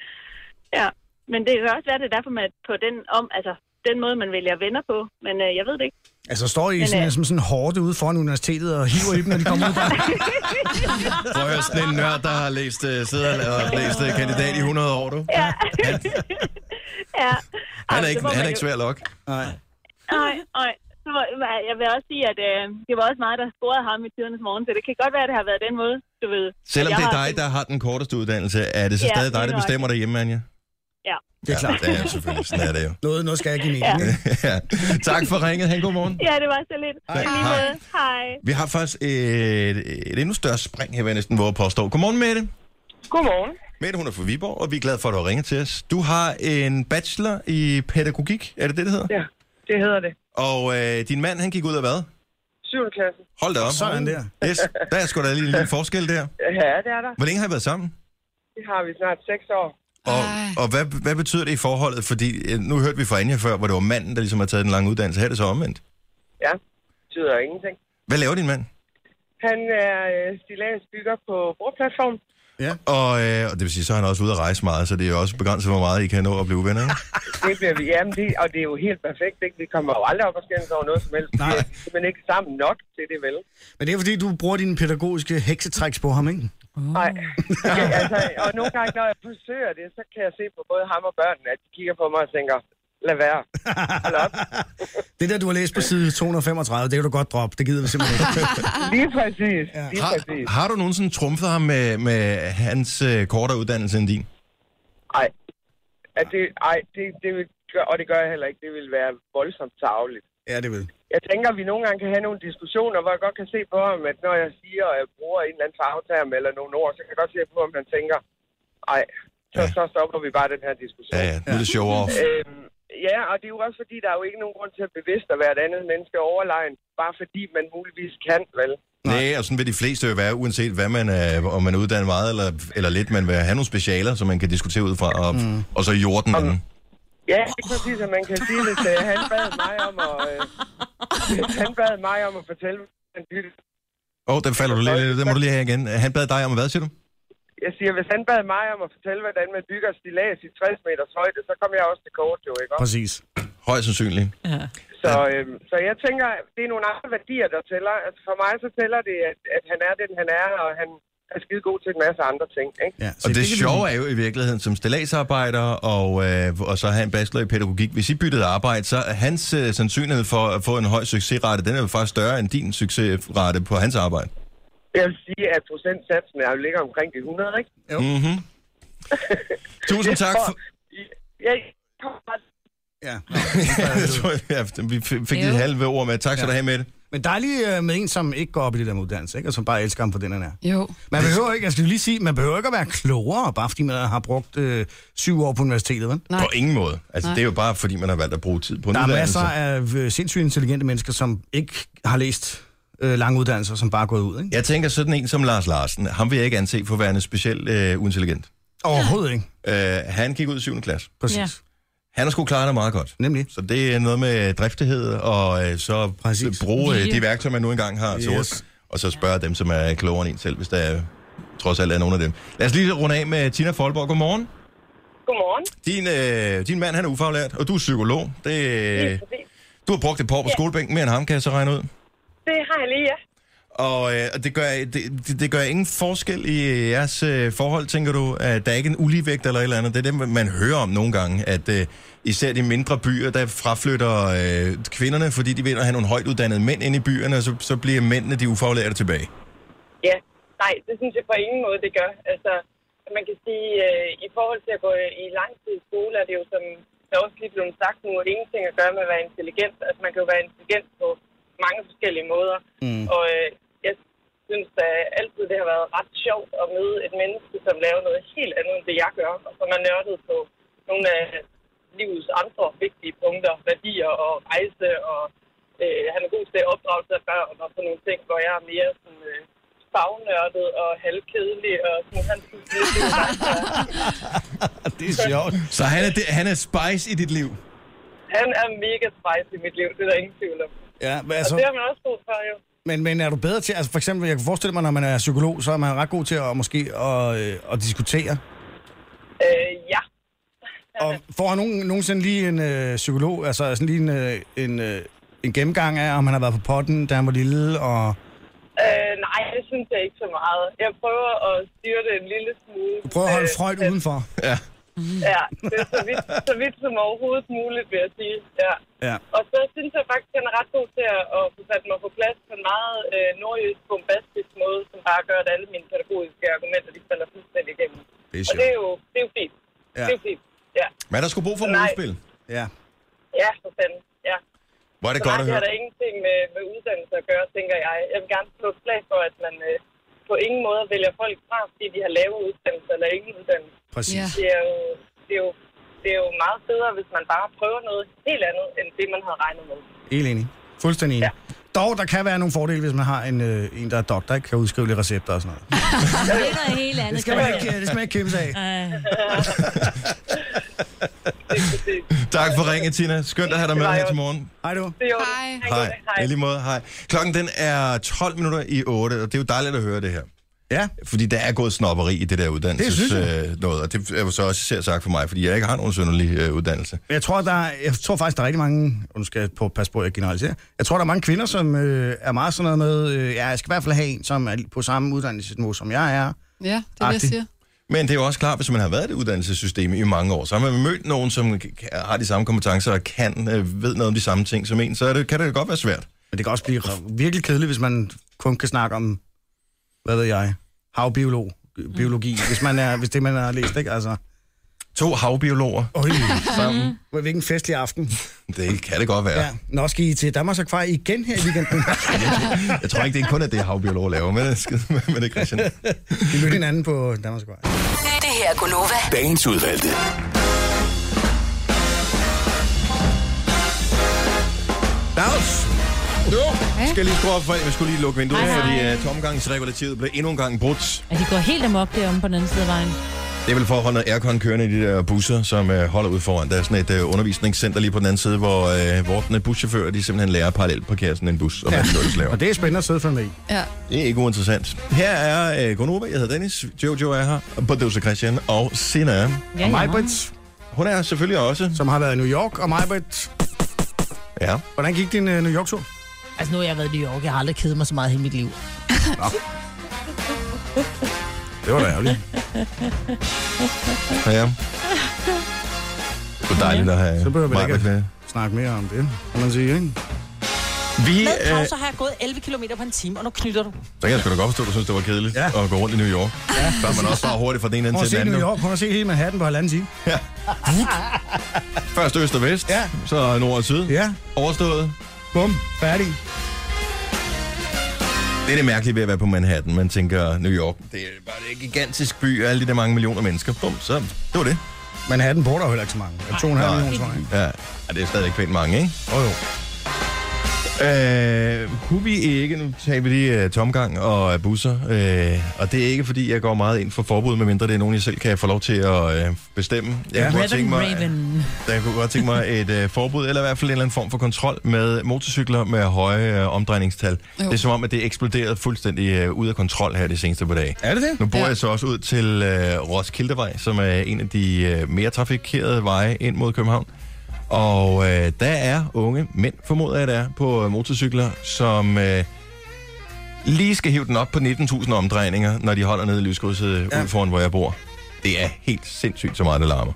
Ja, men det kan også være, det er derfor, man på den, om, altså, den måde, man vælger venner på. Men øh, jeg ved det ikke.
Altså, står I
Men,
sådan,
øh,
som sådan en hårde ude foran universitetet og hiver i dem, når de kommer ud?
Prøv at høre, sådan en nørd, der har læst, øh, sidder og læst øh, kandidat i 100 år, du.
Ja. ja.
Han er
Ej,
ikke,
så må
han er
man
ikke
jo-
svær nok.
Nej.
Nej, nej. Så må- Jeg vil også sige, at øh, det var også mig, der scorede ham i tidernes morgen, så det kan godt være, at det har været den måde, du ved.
Selvom
at
det
jeg
er
har-
dig, der har den korteste uddannelse, er det så
Ja,
stadig dig,
det er
der
nok.
bestemmer derhjemme, Anja?
Ja.
Det er klart.
Ja, det er selvfølgelig. Sådan er det jo.
Noget, noget skal jeg give mening. ikke?
ja. Tak for ringet. Han god morgen.
Ja, det var så lidt.
Hej.
I lige
Hej.
måde. Hej.
Vi har faktisk et, et endnu større spring her, vil jeg næsten våge at påstå. Godmorgen, Mette.
Godmorgen.
Mette, hun er fra Viborg, og vi er glade for, at du har ringet til os. Du har en bachelor i pædagogik, er det det, det hedder?
Ja, det hedder det.
Og øh, din mand, han gik ud af hvad?
7. klasse.
Hold da op.
Sådan der.
Yes, der er sgu da lige en lille forskel der.
Ja, det er der.
Hvor længe har I været sammen?
Det har vi snart 6 år.
Og,
Ej.
og hvad, hvad betyder det i forholdet? Fordi øh, nu hørte vi fra Anja før, hvor det var manden, der ligesom har taget den lange uddannelse. Her er det så omvendt.
Ja, det betyder ingenting.
Hvad laver din mand?
Han er øh, stilagsbygger på brugplatform.
Og, øh, og det vil sige, så er han også ude at rejse meget, så det er jo også begrænset, hvor meget I kan nå at blive venner. Ikke?
Det bliver vi, jamen det, og det er jo helt perfekt, ikke? Vi kommer jo aldrig op og skændes over noget som helst.
Nej.
Vi er simpelthen ikke sammen nok til det, vel?
Men det er, fordi du bruger dine pædagogiske heksetræks på ham, ikke?
Nej. Okay, altså, og nogle gange, når jeg forsøger det, så kan jeg se på både ham og børnene, at de kigger på mig og tænker, lad være. Hold op.
Det der, du har læst på side 235, det kan du godt droppe. Det gider vi simpelthen ikke.
Lige præcis. Lige præcis.
Har, har du nogensinde trumfet ham med, med hans øh, kortere uddannelse end din?
Ej. At det, ej, det, det vil gøre, og det gør jeg heller ikke. Det vil være voldsomt tageligt.
Ja, det ved.
Jeg tænker, at vi nogle gange kan have nogle diskussioner, hvor jeg godt kan se på ham, at når jeg siger, at jeg bruger en eller anden fagterm eller nogle ord, så kan jeg godt se på ham, at han tænker, ej, så,
Ja.
ja. så stopper vi bare den her diskussion.
Ja, ja, nu er det show off.
Øhm, ja, og det er jo også fordi, der er jo ikke nogen grund til at bevidst at være et andet menneske overlegen, bare fordi man muligvis kan, vel?
Nej, og sådan vil de fleste jo være, uanset hvad man er, om man er uddannet meget eller, eller lidt, man vil have nogle specialer, som man kan diskutere ud fra, og, mm. og så jorden anden.
Ja, det er præcis, at man kan sige, hvis øh, han bad mig om at, øh, hvis han bad mig om at fortælle, hvad han byttede.
Åh, oh, den falder du lige, den må du lige have igen. Han bad dig om hvad, siger du?
Jeg siger, hvis han bad mig om at fortælle, hvordan man bygger stilas i 60 meters højde, så kom jeg også til kort, jo, ikke? også?
Præcis.
Højst sandsynligt.
Så, øhm, så jeg tænker, det er nogle andre værdier, der tæller. Altså, for mig så tæller det, at, at han er den, han er, og han er skide god til en masse andre ting, ikke?
Ja,
Og det
kan vi-
sjove er jo i virkeligheden, som stillagsarbejder og, øh, og så have en bachelor i pædagogik, hvis I byttede arbejde, så er hans øh, sandsynlighed for at få en høj succesrate, den er jo faktisk større end din succesrate på hans arbejde.
Jeg vil sige, at procentsatsen er jo ligger omkring de 100, ikke?
Mm-hmm. Tusind tak for...
Jeg kommer bare
Ja.
Jeg tror, ja, vi fik fik lige et halve ord med. Tak skal du have, Mette.
Men dejligt øh, med en, som ikke går op i det der med uddannelse, ikke? og som bare elsker ham for den, han er.
Jo.
Man behøver ikke, jeg skal lige sige, man behøver ikke at være klogere, bare fordi man har brugt øh, syv år på universitetet, vel?
På ingen måde. Altså, det er jo bare, fordi man har valgt at bruge tid på en
Der er
uddannelse.
masser af øh, sindssygt intelligente mennesker, som ikke har læst øh, lange uddannelser, som bare er gået ud, ikke?
Jeg tænker sådan en som Lars Larsen, ham vil jeg ikke anse for værende specielt øh, uintelligent.
Overhovedet ikke.
Øh, han gik ud i 7. klasse.
Præcis.
Ja.
Han har sgu klaret det meget godt.
Nemlig.
Så det er noget med driftighed, og øh, så
Præcis.
bruge øh,
Vilje.
de værktøjer, man nu engang har til
Yes.
yes. og så spørge dem, som er klogere end en selv, hvis der er, trods alt er nogen af dem. Lad os lige runde af med Tina Folborg. Godmorgen.
Godmorgen.
Din, øh, din mand, han er ufaglært, og du er psykolog. Det, øh,
Lige præcis.
du har brugt et par år på skolebænken mere end ham, kan jeg så regne ud.
Det har jeg lige, ja.
Og, øh, og det, gør, det, det- det gør ingen forskel i jeres øh, forhold, tænker du? At der er ikke en uligevægt eller et eller andet? Det er det, man hører om nogle gange, at øh, især de mindre byer, der fraflytter øh, kvinderne, fordi de vil ind og have nogle højt uddannede mænd ind i byerne, og så, så bliver mændene de ufaglærte tilbage.
Ja, nej, det synes jeg på ingen måde, det gør. Altså, man kan sige, øh, i forhold til at gå i lang tid i skole, er det jo, som der også lige blev sagt nu, ingenting at gøre med at være intelligent. Altså, man kan jo være intelligent på mange forskellige måder.
Mm.
Og øh, jeg synes da altid, det har været ret sjovt at møde et menneske, som laver noget helt andet, end det jeg gør, og som er nørdet på nogle af livets andre vigtige punkter, værdier og rejse, og øh, han er god til opdragelse af børn og sådan nogle ting, hvor jeg er mere sådan, øh, fagnørdet og halvkedelig, og sådan, han synes, det er langt,
Det er sjovt.
Så han er, det, han er spice i dit liv?
han er mega spejs i mit liv, det er der ingen tvivl om.
Ja, men
Altså...
altså...
Og det har man også brug for, jo.
Men, men er du bedre til, altså for eksempel, jeg kan forestille mig, når man er psykolog, så er man ret god til at, måske at, øh, at diskutere.
Øh, ja.
Og får han nogen, nogensinde lige en øh, psykolog, altså sådan lige en, øh, en, øh, en gennemgang af, om han har været på potten, da han var lille, og
Øh, nej, det synes jeg ikke så meget. Jeg prøver at styre det en lille smule.
prøver at holde
Øh,
Freud udenfor.
Ja.
Ja, det er så vidt, så vidt som overhovedet muligt, vil jeg sige. Ja.
Ja.
Og så synes jeg faktisk, at han er ret god til at, at få sat mig på plads på en meget øh, nordjysk, bombastisk måde, som bare gør, at alle mine pædagogiske argumenter, de falder fuldstændig igennem.
Det er
og det er jo, det er jo fint.
Ja.
Det er jo fint, ja.
Men er der skulle brug for
Nej.
modspil.
Ja.
Ja, for fanden, ja.
Hvor er det
så
godt
nej,
at
det
høre.
har der ingenting med, med uddannelse at gøre, tænker jeg. Jeg vil gerne slå et slag for, at man øh, på ingen måde vælger folk fra, fordi de har lave uddannelse eller ingen uddannelse.
Præcis. Ja.
Det, er jo, det, er jo, det er jo meget bedre, hvis man bare prøver noget helt andet, end det, man havde regnet med.
Helt enig. Fuldstændig enig. Ja. Dog, der kan være nogle fordele, hvis man har en, øh, en der er doktor, ikke kan udskrive lidt recepter og sådan noget.
Det er noget helt andet.
Det skal man ikke, det skal man ikke kæmpe sig af.
Tak for ringet, Tina. Skønt at have dig med her til morgen.
Hej du.
Det er jo,
Hej. I lige måde, hej. Klokken den er 12 minutter i 8, og det er jo dejligt at høre det her.
Ja.
Fordi der er gået snopperi i det der uddannelses
Det synes
øh, noget, og det er jo så også især sagt for mig, fordi jeg ikke har nogen sønderlig øh, uddannelse.
Men Jeg tror, der er, jeg tror faktisk, der er rigtig mange... Og nu skal jeg på, passe på, at jeg generaliserer. Jeg tror, der er mange kvinder, som øh, er meget sådan noget med... Øh, ja, jeg skal i hvert fald have en, som er på samme uddannelsesniveau, som jeg er.
Ja, det er det, jeg
Agtigt.
siger.
Men det er jo også klart, hvis man har været i det uddannelsessystem i mange år, så har man mødt nogen, som kan- har de samme kompetencer og kan, øh, ved noget om de samme ting som en, så er det, kan det jo godt være svært.
Men det kan også blive virkelig kedeligt, hvis man kun kan snakke om... Hvad ved jeg? Havbiolog. øh, Biologi. Hvis, man er, hvis det, man har læst, ikke? Altså...
Mm. To havbiologer
Øj,
sammen,
Mm-hmm. hvilken festlig aften.
det kan det godt være.
Ja. Nå, skal I til Danmarks Akvarie igen her i weekenden?
Jeg tror ikke, det er kun at det, havbiologer laver, men, det er skide- men det er Christian.
Vi mødte hinanden på Danmarks Akvarie.
Det her er Gunova.
Dagens udvalgte.
Dags! Nu skal jeg lige skrue op for, jeg skulle lige lukke vinduet,
Hej,
fordi
hej.
uh, tomgangsregulativet blev endnu en gang brudt.
Ja, de går helt amok deromme på den anden side af vejen.
Det er vel for at holde noget aircon kørende i de der busser, som uh, holder ud foran. Der er sådan et uh, undervisningscenter lige på den anden side, hvor uh, vortende buschauffører, de simpelthen lærer parallelt parkere sådan en bus, og hvad de nu ellers laver.
Og det er spændende at sidde for mig.
Ja.
Det er ikke uinteressant. Her er uh, Gunova, jeg hedder Dennis, Jojo er her, og producer Christian og Sina. er her.
Ja, og Majbrit,
Hun er selvfølgelig også.
som har været i New York. Og Majbrit,
Ja.
hvordan gik din uh, New York-tur?
Altså, nu har jeg været i New York. Jeg har aldrig kedet mig så meget i hele mit liv.
Det var da ærgerligt.
Ja, ja. Det var dejligt at have
Så behøver vi da
Majbrit
ikke
med.
at snakke mere om det, kan man sige, ikke?
Vi,
Med
øh,
pauser har jeg gået 11 km på en time, og nu knytter du.
Så kan jeg sgu da godt forstå, at du synes, det var kedeligt ja. at gå rundt i New York. Ja. Så er man også bare hurtigt fra den ene ende
Prøv at
til den
se
anden.
New
nu.
York, prøv at se hele Manhattan på halvanden time.
Først øst og vest, ja. så nord og syd.
Ja.
Overstået.
Bum, færdig.
Det er det mærkelige ved at være på Manhattan. Man tænker, New York, det er bare en gigantisk by, og alle de der mange millioner mennesker. Bum, så det var det.
Manhattan bor der jo heller ikke så mange. Der er 2,5
Nej.
millioner, tror jeg. ikke?
Ja, ja det er stadigvæk pænt mange, ikke?
Jo, jo.
Øh, kunne vi ikke, nu tager vi lige uh, tomgang og uh, busser, uh, og det er ikke fordi, jeg går meget ind for forbud, medmindre det er nogen, jeg selv kan få lov til at uh, bestemme. Jeg
Ja.
kunne godt tænke
Reverend
mig,
Raven.
Der kunne godt tænke mig et øh, forbud, eller i hvert fald en eller anden form for kontrol med motorcykler med høje øh, omdrejningstal. Jo.
Jo.
Det er som om, at det er eksploderet fuldstændig øh, ud af kontrol her de seneste par dage.
Er det det?
Nu bor
Ja.
jeg så også ud til øh, Roskildevej, som er en af de øh, mere trafikerede veje ind mod København. Og øh, der er unge mænd, formoder jeg det er, på øh, motorcykler, som øh, lige skal hive den op på 19.000 omdrejninger, når de holder nede i lyskrydset ja. ud foran, hvor jeg bor. Det er helt sindssygt, så meget det larmer.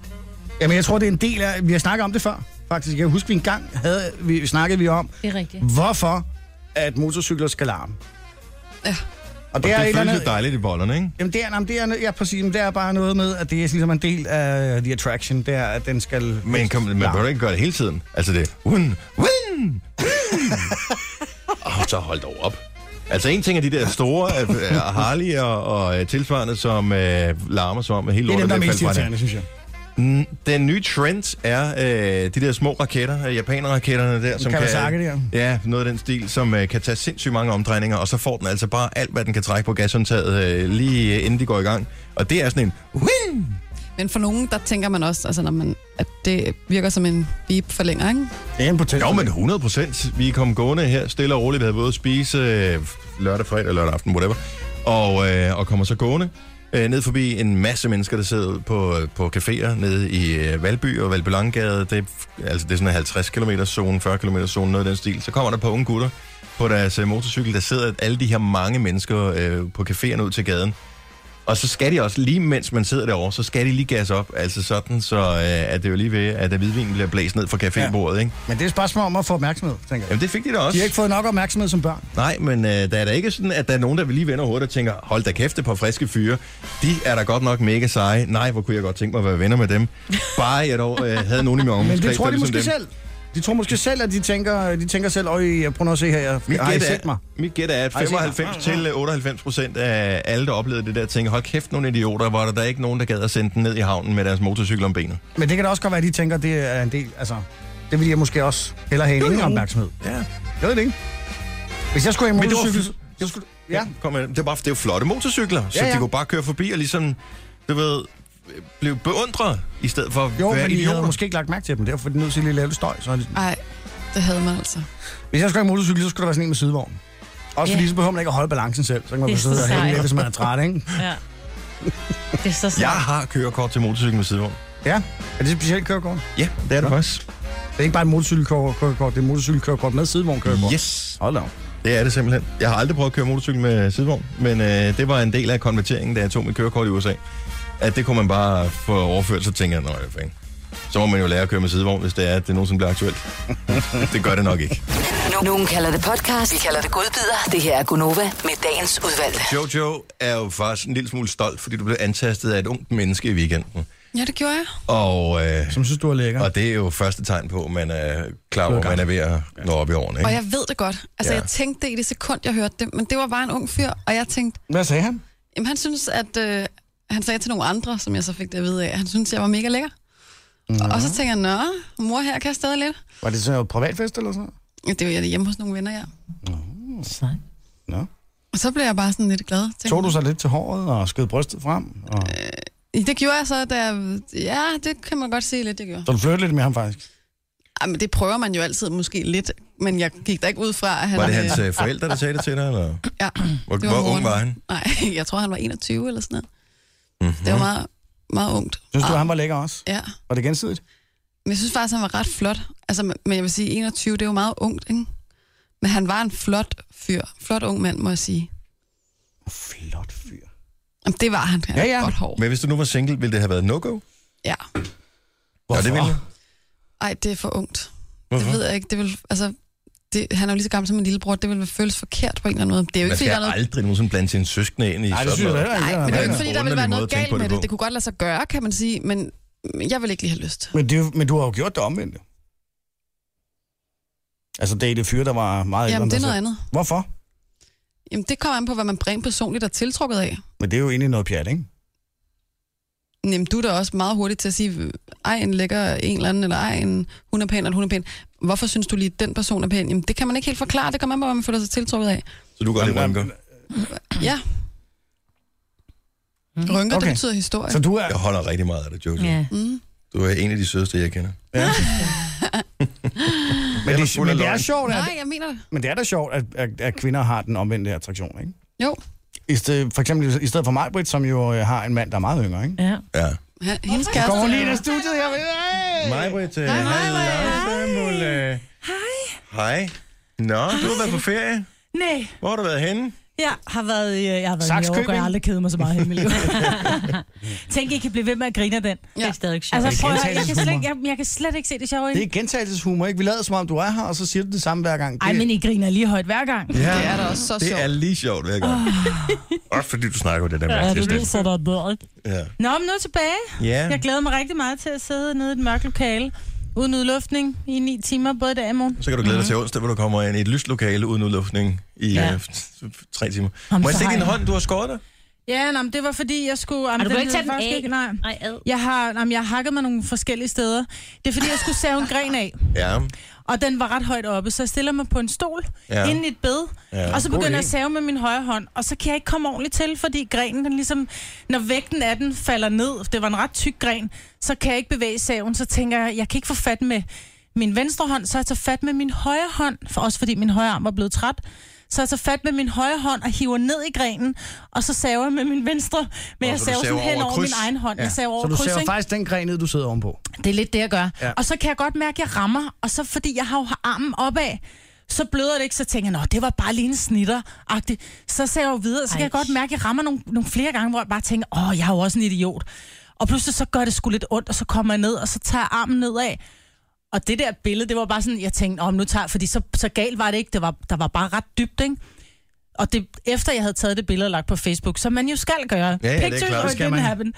Jamen, jeg tror, det er en del af... Vi har snakket om det før, faktisk. Jeg husker, vi engang havde, vi, snakkede vi om,
Det er rigtigt.
hvorfor at motorcykler skal larme.
Ja.
Og
Det,
det, er et
det
eller
føles
andet,
jo dejligt i bollerne, ikke?
Jamen det er, jamen, det er, ja, præcis, men det er bare noget med, at det er ligesom en del af The Attraction, det er, at den skal...
Men kan, man behøver ikke gøre det hele tiden. Altså det, win, win, Åh, oh, så hold dog op. Altså en ting er de der store øh, øh, Harley og, og øh, tilsvarende, som øh, larmer som om, at hele
det er
lortet
dem, der er
bliver faldet
mest
fra hinanden.
irriterende, synes jeg.
Mm, Den nye trend er øh, de der små raketter, øh, japanerraketterne der, som
Kawasaki der.
Ja, noget af den stil, som øh, kan tage sindssygt mange omdrejninger, og så får den altså bare alt, hvad den kan trække på gashåndtaget, øh, lige øh, inden de går i gang. Og det er sådan en, win!
Men for nogen, der tænker man også, altså, når man, at det virker som en beep forlænger, ikke?
Det er en potens.
Jo, men 100 procent. Vi kom gående her stille og roligt. Vi havde været ude at spise øh, lørdag, fredag, lørdag aften, whatever. Og, øh, og kommer så gående øh, ned forbi en masse mennesker, der sidder ude på, øh, på caféer nede i øh, Valby og Valby Langgade. Det, er f- altså, det er sådan en 50 km zone, 40 km zone, noget af den stil. Så kommer der på unge gutter på deres øh, motorcykel, der sidder alle de her mange mennesker øh, på caféerne ud til gaden. Og så skal de også, lige mens man sidder derovre, så skal de lige gas op, altså sådan, så øh, at det er jo lige ved, at hvidvinen bliver blæst ned fra cafébordet, ikke?
Men det er et spørgsmål om at få opmærksomhed, tænker jeg.
Jamen, det fik de da også.
De har ikke fået nok opmærksomhed som børn.
Nej, men øh, der er da ikke sådan, at der er nogen, der vil lige vende hovedet og tænker, hold da kæft, det på friske fyre. De er da godt nok mega seje. Nej, hvor kunne jeg godt tænke mig at være venner med dem. Bare jeg dog øh, havde nogen i min
Men
omgangskreds.
det tror
der
de
ligesom
måske
dem.
selv. De tror måske selv, at de tænker, de tænker selv, øj, jeg prøver at se her, jeg
Mit
har
gæt,
set mig.
er, mit gæt er, at
Har I set mig?
95 til øh, 98 procent af alle, der oplevede det der, tænker, hold kæft, nogle idioter, var der, der ikke nogen, der gad at sende den ned i havnen med deres motorcykel om benet.
Men det kan da også godt være, at de tænker, det er en del, altså... Det vil jeg måske også hellere have en ingen opmærksomhed.
Ja.
Jeg ved det ikke. Hvis jeg skulle have en
Men det var
motorcykel...
f-
Jeg skulle, ja.
Kom med, det var, det er jo flotte motorcykler, ja, så
Ja, ja.
de kunne bare køre forbi og ligesom, du ved, øh, blev beundret, i stedet for at
Jo,
være
men I havde
idioter.
måske ikke lagt mærke til dem, derfor er de nødt til lige at lave lidt støj. Så er de,
Nej, det havde man altså.
Hvis jeg skulle have en motorcykel, så skulle der være sådan en med sidevogn. Også fordi, så behøver man ikke at holde balancen selv. Så kan man
Det
bare
er
sidde
så
og hænge
sejt.
lidt, hvis man er træt, ikke?
Ja. Det er så
Jeg
sejt.
har kørekort til motorcykel med sidevogn.
Ja. Er det et specielt kørekort?
Ja, det er det faktisk.
Det er ikke bare et motorcykelkørekort, det er et motorcykelkørekort med sidevognkørekort.
Yes,
Hold da. op.
det er det simpelthen. Jeg har aldrig prøvet at køre motorcykel med sidevogn, men øh, det var en del af konverteringen, da jeg tog mit kørekort i USA. At det kunne man bare få overført, så tænker jeg, nej, fanden. Så må man jo lære at køre med sidevogn, hvis det er, at det nogensinde bliver aktuelt. det gør det nok ikke.
Nogen kalder det podcast, vi kalder det godbider. Det her er Gunova med dagens udvalgte.
Jojo er jo faktisk en lille smule stolt, fordi du blev antastet af et ungt menneske i weekenden.
Ja, det gjorde jeg.
Og, øh,
Som synes, du er lækker.
og det er jo første tegn på, at man er klar over, at man er ved at nå op i årene.
Og
Ikke?
jeg ved det godt. Altså,
Ja.
ja. jeg tænkte det i det sekund, jeg hørte det, men det var bare en ung fyr, og jeg tænkte,
Hvad sagde han?
jamen han synes, at øh, han sagde til nogle andre, som jeg så fik det at vide af, at han synes, jeg var mega lækker. Ja. Og så tænker jeg, nå, mor her kan jeg stadig lidt.
Var det sådan en privatfest eller sådan noget?
Ja, Det var jeg hjemme hos nogle venner, ja.
Sejt.
Nå.
Og så blev jeg bare sådan lidt glad. Tænkte,
Tog du så lidt til håret og skød brystet frem? Og...
Det gjorde jeg så, da jeg, Ja, det kan man godt sige lidt, det gjorde.
Så du flirtede lidt med ham faktisk?
Ej, men det prøver man jo altid måske lidt, men jeg gik da ikke ud fra, at han...
Var det
øh,
hans øh, forældre, der sagde det til dig? Eller?
Ja,
Hvor,
det var
hvor ung
Morten.
var Mhm. han?
Nej, jeg tror, han var 21 eller sådan noget. Mm-hmm. Det var meget, meget ungt.
Synes du,
Og-
han var lækker også?
Ja,
Var det gensidigt?
men jeg synes faktisk, han var ret flot. Altså, men- men jeg vil sige, 21, det er jo meget ungt, ikke? Men han var en flot fyr. Flot ung mand, må jeg sige.
Flot fyr.
Jamen, det var han. Han
Ja,
ja,
ja.
ja. godt hår.
Men hvis du nu var single, ville det have været no-go?
Ja.
Ja, det ville.
Ej, det er for ungt.
Hvorfor?
Det ved jeg ikke. Det vil, altså, det, han er jo lige så gammel som min lillebror. Det ville føles forkert på en eller anden måde. Det er jo ikke,
Man
fordi
skal
der er noget
aldrig nogensinde blande sine søskende ind i
Nej, det
sådan
synes jeg
noget.
heller ikke.
Nej, men det er jo ikke,
en
fordi der vil
underlig
være
måde at
noget
tænke
galt
på det
med
på.
det. Det kunne godt lade sig gøre, kan man sige, men jeg vil ikke lige have lyst.
Men, det, er jo- men du har jo gjort det omvendt. Altså, det er det fyr, der var meget ældre
Jamen,
end
det er
dig
noget
selv.
andet.
Hvorfor?
Jamen, det kommer an på, hvad man rent personligt er tiltrukket af.
Men det er jo egentlig noget pjat, ikke?
Jamen, du er da også meget hurtigt til at sige, ej, en lækker en eller anden, eller ej, en, hun er pæn, eller hun er pæn. Hvorfor synes du lige, at den person er pæn? Jamen, det kan man ikke helt forklare. Det kommer an på, hvad man føler sig tiltrukket af.
Så du går lidt
Jamen,
rynker.
Ja.
Mm.
Rynker, okay.
Okay.
det betyder historie. Mm.
Så du er...
Jeg holder rigtig meget af dig, Jojo.
Ja.
Du er en af de sødeste, jeg kender.
Ja. men,
Ellers
det,
fuld af
men det er
løgn.
sjovt, at,
Nej, jeg mener det.
men det er da sjovt, at, at, at kvinder har den omvendte attraktion, ikke?
Jo,
I stedet, for eksempel i stedet for mig, Britt, som jo øh, har en mand, der er meget yngre, ikke?
Ja.
Ja.
han- hendes
Kommer
kæreste.
hun lige ind i studiet her? Hey!
Mig, Britt. Hej,
øh.
Hej. Hej. Nå, du har været på ferie.
Nej,
Hvor har du været henne?
Jeg har været, i- øh, jeg har været i New York, og jeg
Sakskøbing.
har aldrig kedet mig så meget i hele mit liv. Tænk, I kan blive ved med at grine af den.
Ja. Det er stadig sjovt.
Altså,
Det er
prøv at, høre, jeg, kan slet,
gentagelseshumor.
ikke- jeg, jeg kan slet ikke se det sjove i
Det er gentagelseshumor, ikke? Vi lader som om, du er her, og så siger du det samme hver gang.
Ej, men I griner lige højt hver gang.
Det er lige sjovt, hver gang. Også fordi du snakker med den der
Ja,
mærkelige
det
stemme.
viser dig bedre.
Ja.
Nå, men nu tilbage.
Ja.
Jeg glæder mig rigtig meget til at sidde nede i et mørkt lokale, uden udluftning, i ni timer, både dag og morgen.
Så kan du glæde dig til onsdag, hvor du kommer ind i et lyst lokale uden udluftning i
Mhm. Ja.
ja. øh, f- f- tre timer.
Om
Må jeg
så
stikke
har
din
jeg-
hånd? Du har skåret dig?
Ja, nå, men det var fordi, jeg skulle... Jamen,
du kan
ved jeg
ikke tage den
faktisk
af.
Ikke, nej. Jeg har, jamen, jeg har hakket mig nogle forskellige steder. Det er fordi, jeg skulle save en gren af.
Ja.
Og den var ret højt oppe, så jeg stiller mig på en stol
Ja.
ja. inden i et bed,
Ja,
ja, og så
god
begynder jeg
idé.
at save med min højre hånd, og så kan jeg ikke komme ordentligt til, fordi grenen, den ligesom, når vægten af den falder ned, det var en ret tyk gren, så kan jeg ikke bevæge saven, så tænker jeg, jeg kan ikke få fat med min venstre hånd, så jeg tager fat med min højre hånd, for også fordi min højre arm var blevet træt, så jeg tager fat med min højre hånd og hiver ned i grenen, og så saver jeg med min venstre, men
Og
jeg
så du
saver sådan
saver
hen
over
over
kryds.
min egen hånd, ja. jeg saver over
Så du
kryds,
saver
ikke?
faktisk den gren ned, du sidder ovenpå.
Det er lidt det, jeg gør.
Ja.
Ja. Og så kan jeg godt mærke, at jeg rammer, og så fordi jeg har jo armen opad, så bløder det ikke, så tænker jeg, nå, det var bare lige en snitter -agtig. Så ser jeg jo videre, så kan jeg godt mærke, at jeg rammer nogle, nogle flere gange, hvor jeg bare tænker, åh, jeg er jo også en idiot. Og pludselig så gør det sgu lidt ondt, og så kommer jeg ned, og så tager jeg armen nedad. Og det der billede, det var bare sådan, jeg tænkte, om nu tager jeg-" fordi så, så galt var det ikke, det var, der var bare ret dybt, ikke? Og det, efter jeg havde taget det billede og lagt på Facebook, som man jo skal gøre.
Ja, ja, det er
Pictures
klart.
were
Skal
didn't
man.
happen.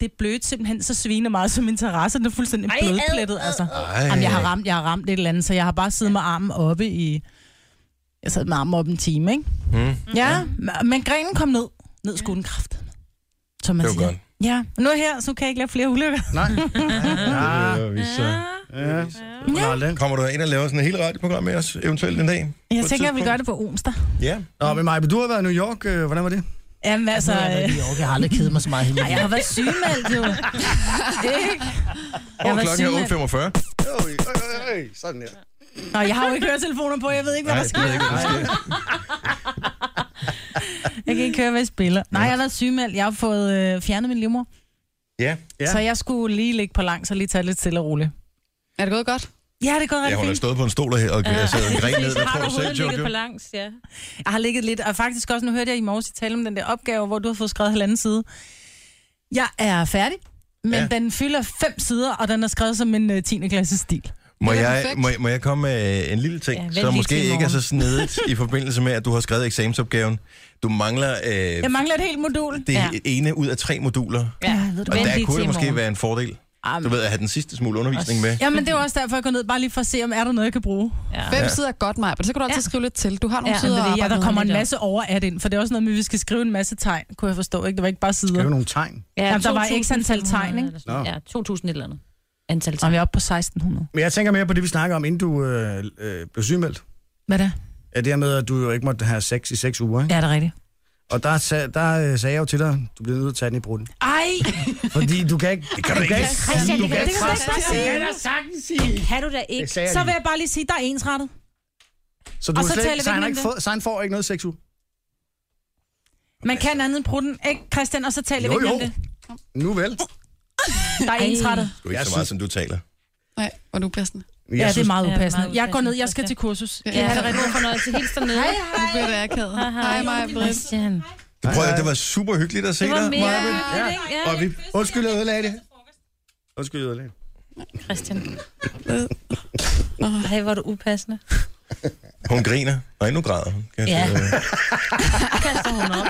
Det blødte simpelthen så svine meget, som min terrasse den er fuldstændig
Ej, ad,
blødplettet.
ad,
Altså.
ad.
Jamen, jeg har ramt, jeg har ramt et eller andet, så jeg har bare siddet med armen oppe i... Jeg sad med armen oppe en time, ikke?
Mm.
Ja, m- men grenen kom ned. Ned skulle den kraft. Som man
Det var
siger.
godt.
Ja, nu er jeg her, så nu kan jeg ikke lave flere ulykker.
Nej.
Ja, det vi så. Ja. Kommer du ind og laver sådan et helt radioprogram med os, eventuelt en dag?
Jeg tænker, jeg vil gøre det på onsdag.
Ja.
Nå, men Maja, du har været i New York. øh, Hvordan var det?
Jamen altså...
Nu har jeg været i New York. Jeg har aldrig kedet mig så meget i hele mit
Nej, jeg
liv.
har været sygemeldt jo. Ikke? Jeg har
Og
været
klokken
sygemeldt.
er 8.45.
Sådan der.
Nå, jeg har jo ikke høretelefoner på, jeg ved ikke, hvad
Nej,
der
det ved
sker.
jeg ikke, hvad der
Jeg kan ikke høre, hvad jeg spiller. Nej, jeg har været sygemeldt. Jeg har fået øh, fjernet min livmor.
Ja.
Ja. Så jeg skulle lige ligge på langs og lige tage lidt stille og roligt. Er det gået godt? Ja, det er gået
Ja,
rigtig
hun har
fint.
stået på en stol her og
Ja.
ja. sidder en gren ned. Hvad
Har
tror
du
du selv,
hovedet ligget
Jojo?
på
Langs, ja.
Jeg har ligget lidt, og faktisk også, nu hørte jeg i morges I tale om den der opgave, hvor du har fået skrevet halvanden side. Jeg er færdig, men
Ja.
ja. den fylder fem sider, og den er skrevet som en uh, 10. klasse stil.
Må jeg, må, jeg- må jeg komme med øh, en lille
Ja,
ting,
vent
ja,
lige
som
til
måske
i
ikke er så
morgen.
snedigt i forbindelse med, at du har skrevet eksamensopgaven? Du mangler øh,
Jeg mangler et helt modul.
det ja. ene ud af tre moduler.
Ja, ved du,
Og
vent
der
lige
kunne
til i
det måske
morgen.
være en fordel.
Jamen.
Du ved, at have den sidste smule undervisning med.
Ja, men det er jo også derfor, jeg går ned, bare lige for at se, om er der noget, jeg kan bruge. Ja.
Fem
Ja.
sider er godt, Maja, men så kan du altid skrive lidt til. Du har nogle
Ja,
sider
sider
at
det, ja,
arbejde
der kommer en
med.
masse over at ind, for det er også noget med, at vi skal skrive en masse tegn, kunne jeg forstå. Ikke? Det var ikke bare sider.
Skrive nogle tegn.
Ja, Jamen, der var
2.500
ikke antal tegn, ikke?
eller sådan noget.
Nå.
Ja, 2.000 et eller andet. Antal
tegn. Og vi er oppe på 1.600.
Men jeg tænker mere på det, vi snakker om, inden du øh, øh, blev sygemeldt.
Hvad da?
Ja, det her med, at du jo ikke måtte have sex i seks uger, ikke?
Ja, det er rigtigt.
Og der, sag, der øh, sagde jeg jo til dig, du bliver nødt til at tage den i brutten.
Ej!
Fordi du kan ikke... Det
kan du ikke. Christian, det kan du ikke bare sige.
Det kan du sagtens sige.
Kan du da ikke?
Det sagde jeg
Så
lige.
vil jeg bare lige sige, der er ensrettet.
Så, du
Og
har
så
slet,
taler vi
så, han
ikke
har
om
ikke
det.
fået, så han får ikke noget sex uge.
Man kan andet end prutten, ikke Christian? Og så taler vi
Jo,
ikke om
jo.
det.
Nu vel.
Der er
Ej.
ensrettet.
Du er ikke
Jeg
så meget,
synes-
som du taler.
Nej, hvor er du passende.
Ja, det er meget
Ja,
upassende.
meget
Jeg går ned, jeg skal til kursus.
Ja.
Ja, det er rigtig
god fornøjelse. Hils dernede.
Hej, hej. Nu bliver det akavet. Hej, hej, Maja Britt.
Christian.
Du prøver, det var super hyggeligt at se
Det var
dig.
mega
Maja.
hyggeligt, ikke? Ja.
Og vi...
Undskyld, jeg ødelagde det. Undskyld, jeg ødelagde det.
Christian. Ej, hvor er du upassende.
Hun griner. Nej, nu græder hun. Kan jeg
Ja.
se.
Kaster hun op.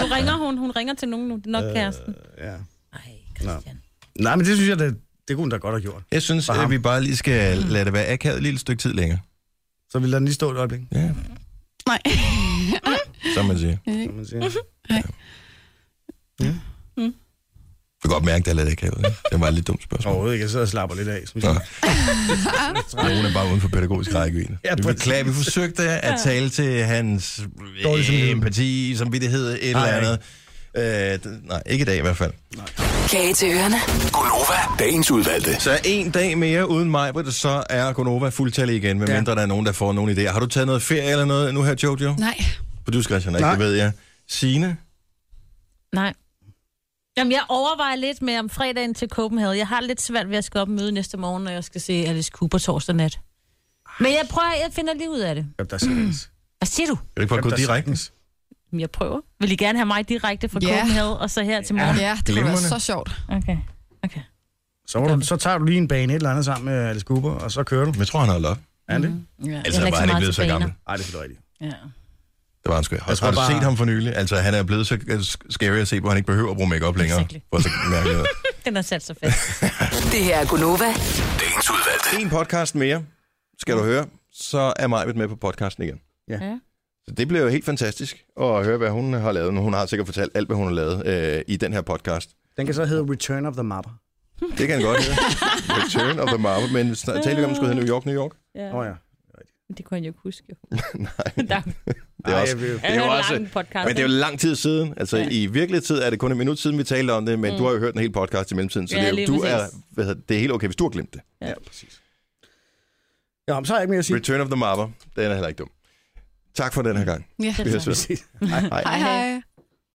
Du ringer hun, hun ringer til nogen nu. Det er nok kæresten.
Ja. Nå. Nej, men det synes jeg, det, det kunne hun da godt have gjort.
Jeg synes,
For ham.
at vi bare lige skal
Mm.
lade det være akavet et lille stykke tid længere.
Så vi lader den lige stå et øjeblik.
Ja,
Nej.
som man siger.
Som man siger.
Du kan godt mærke, det er lidt akavet. ikke? Det var et lidt dumt spørgsmål.
Overhovedet ikke, jeg sidder og slapper lidt af. Som
Nå. Nogen er bare uden for pædagogisk rækkevidde.
Ja,
Ja, vi
præcis.
beklager, vi forsøgte at tale til hans øh,
Dårlig samvittighed.
empati, som vi det hedder, et eller
Nej.
andet. Øh, d- nej, ikke i dag i hvert fald.
Kage til ørerne.
Gunova, dagens udvalgte.
Så en dag mere uden mig, så er Gonova fuldtallig igen, medmindre der er nogen, der får nogle idéer. Har du taget noget ferie eller noget nu her, Jojo?
Nej.
For du skal ikke,
Nej.
det ved jeg. Signe?
Nej. Jamen, jeg overvejer lidt med om fredagen til Copenhagen. Jeg har lidt svært ved at skal op og møde næste morgen, når jeg skal se Alice Cooper torsdag nat. Men jeg prøver, jeg finder lige ud af det.
Jamen, der er sagtens.
Hvad siger du?
Kan du ikke bare gå
Jamen, Mm. der
direkte?
sagtens.
Men Jeg prøver. Vil I gerne have mig direkte fra
Ja.
yeah. Copenhagen og så her til
Ja,
morgen?
Ja, det kunne være glimrende. så
sjovt.
Okay.
Så, må du, så tager du lige en bane et eller andet sammen med Alice Cooper, og så kører du.
Jeg tror, han har lov.
Er han det?
Mm.
Ja.
Altså, var han ikke blevet så gammel.
Nej, det er du rigtigt.
Ja.
Det var han sgu.
Jeg
Og
tror
har du
bare-
bare... set ham for nylig? Altså, han er blevet så øh, sk- scary at se, hvor han ikke behøver at bruge makeup længere.
Exactly.
For så mærkeligt.
Den er sat så fast.
Det her er Gunova.
Dagens udvalgte. En podcast mere, skal du høre, så er Majbet med på podcasten igen.
Ja.
Så det bliver jo helt fantastisk at høre, hvad hun har lavet. Nu hun har sikkert fortalt alt, hvad hun har lavet øh, i den her podcast.
Den kan så hedde Return of the Mapper.
Det kan jeg godt høre. Return of the Marvel. Men snak- tal lige om, at skulle hedde New York, New York.
Ja.
Nå ja.
Det kunne han jo ikke huske. Jo.
Nej.
Der,
Det er,
Ej,
også,
jeg vil-
det
Ja,
er
det
jo
er
også,
lang podcast,
men det er jo
ikke?
lang tid siden. Altså ja. i virkelig tid er det kun en minut siden, vi talte om det, men mm. du har jo hørt en hel podcast i mellemtiden, så
Ja,
ja, det, er
lige
jo, du er,
præcis.
hvad hedder, det er helt okay, hvis du har glemt det.
Ja.
præcis. Ja, men så har jeg ikke mere at sige.
Return of the Mapper, den er heller ikke dum. Tak for den her gang.
Ja.
Vi høres ved. Hej.
Hej hej.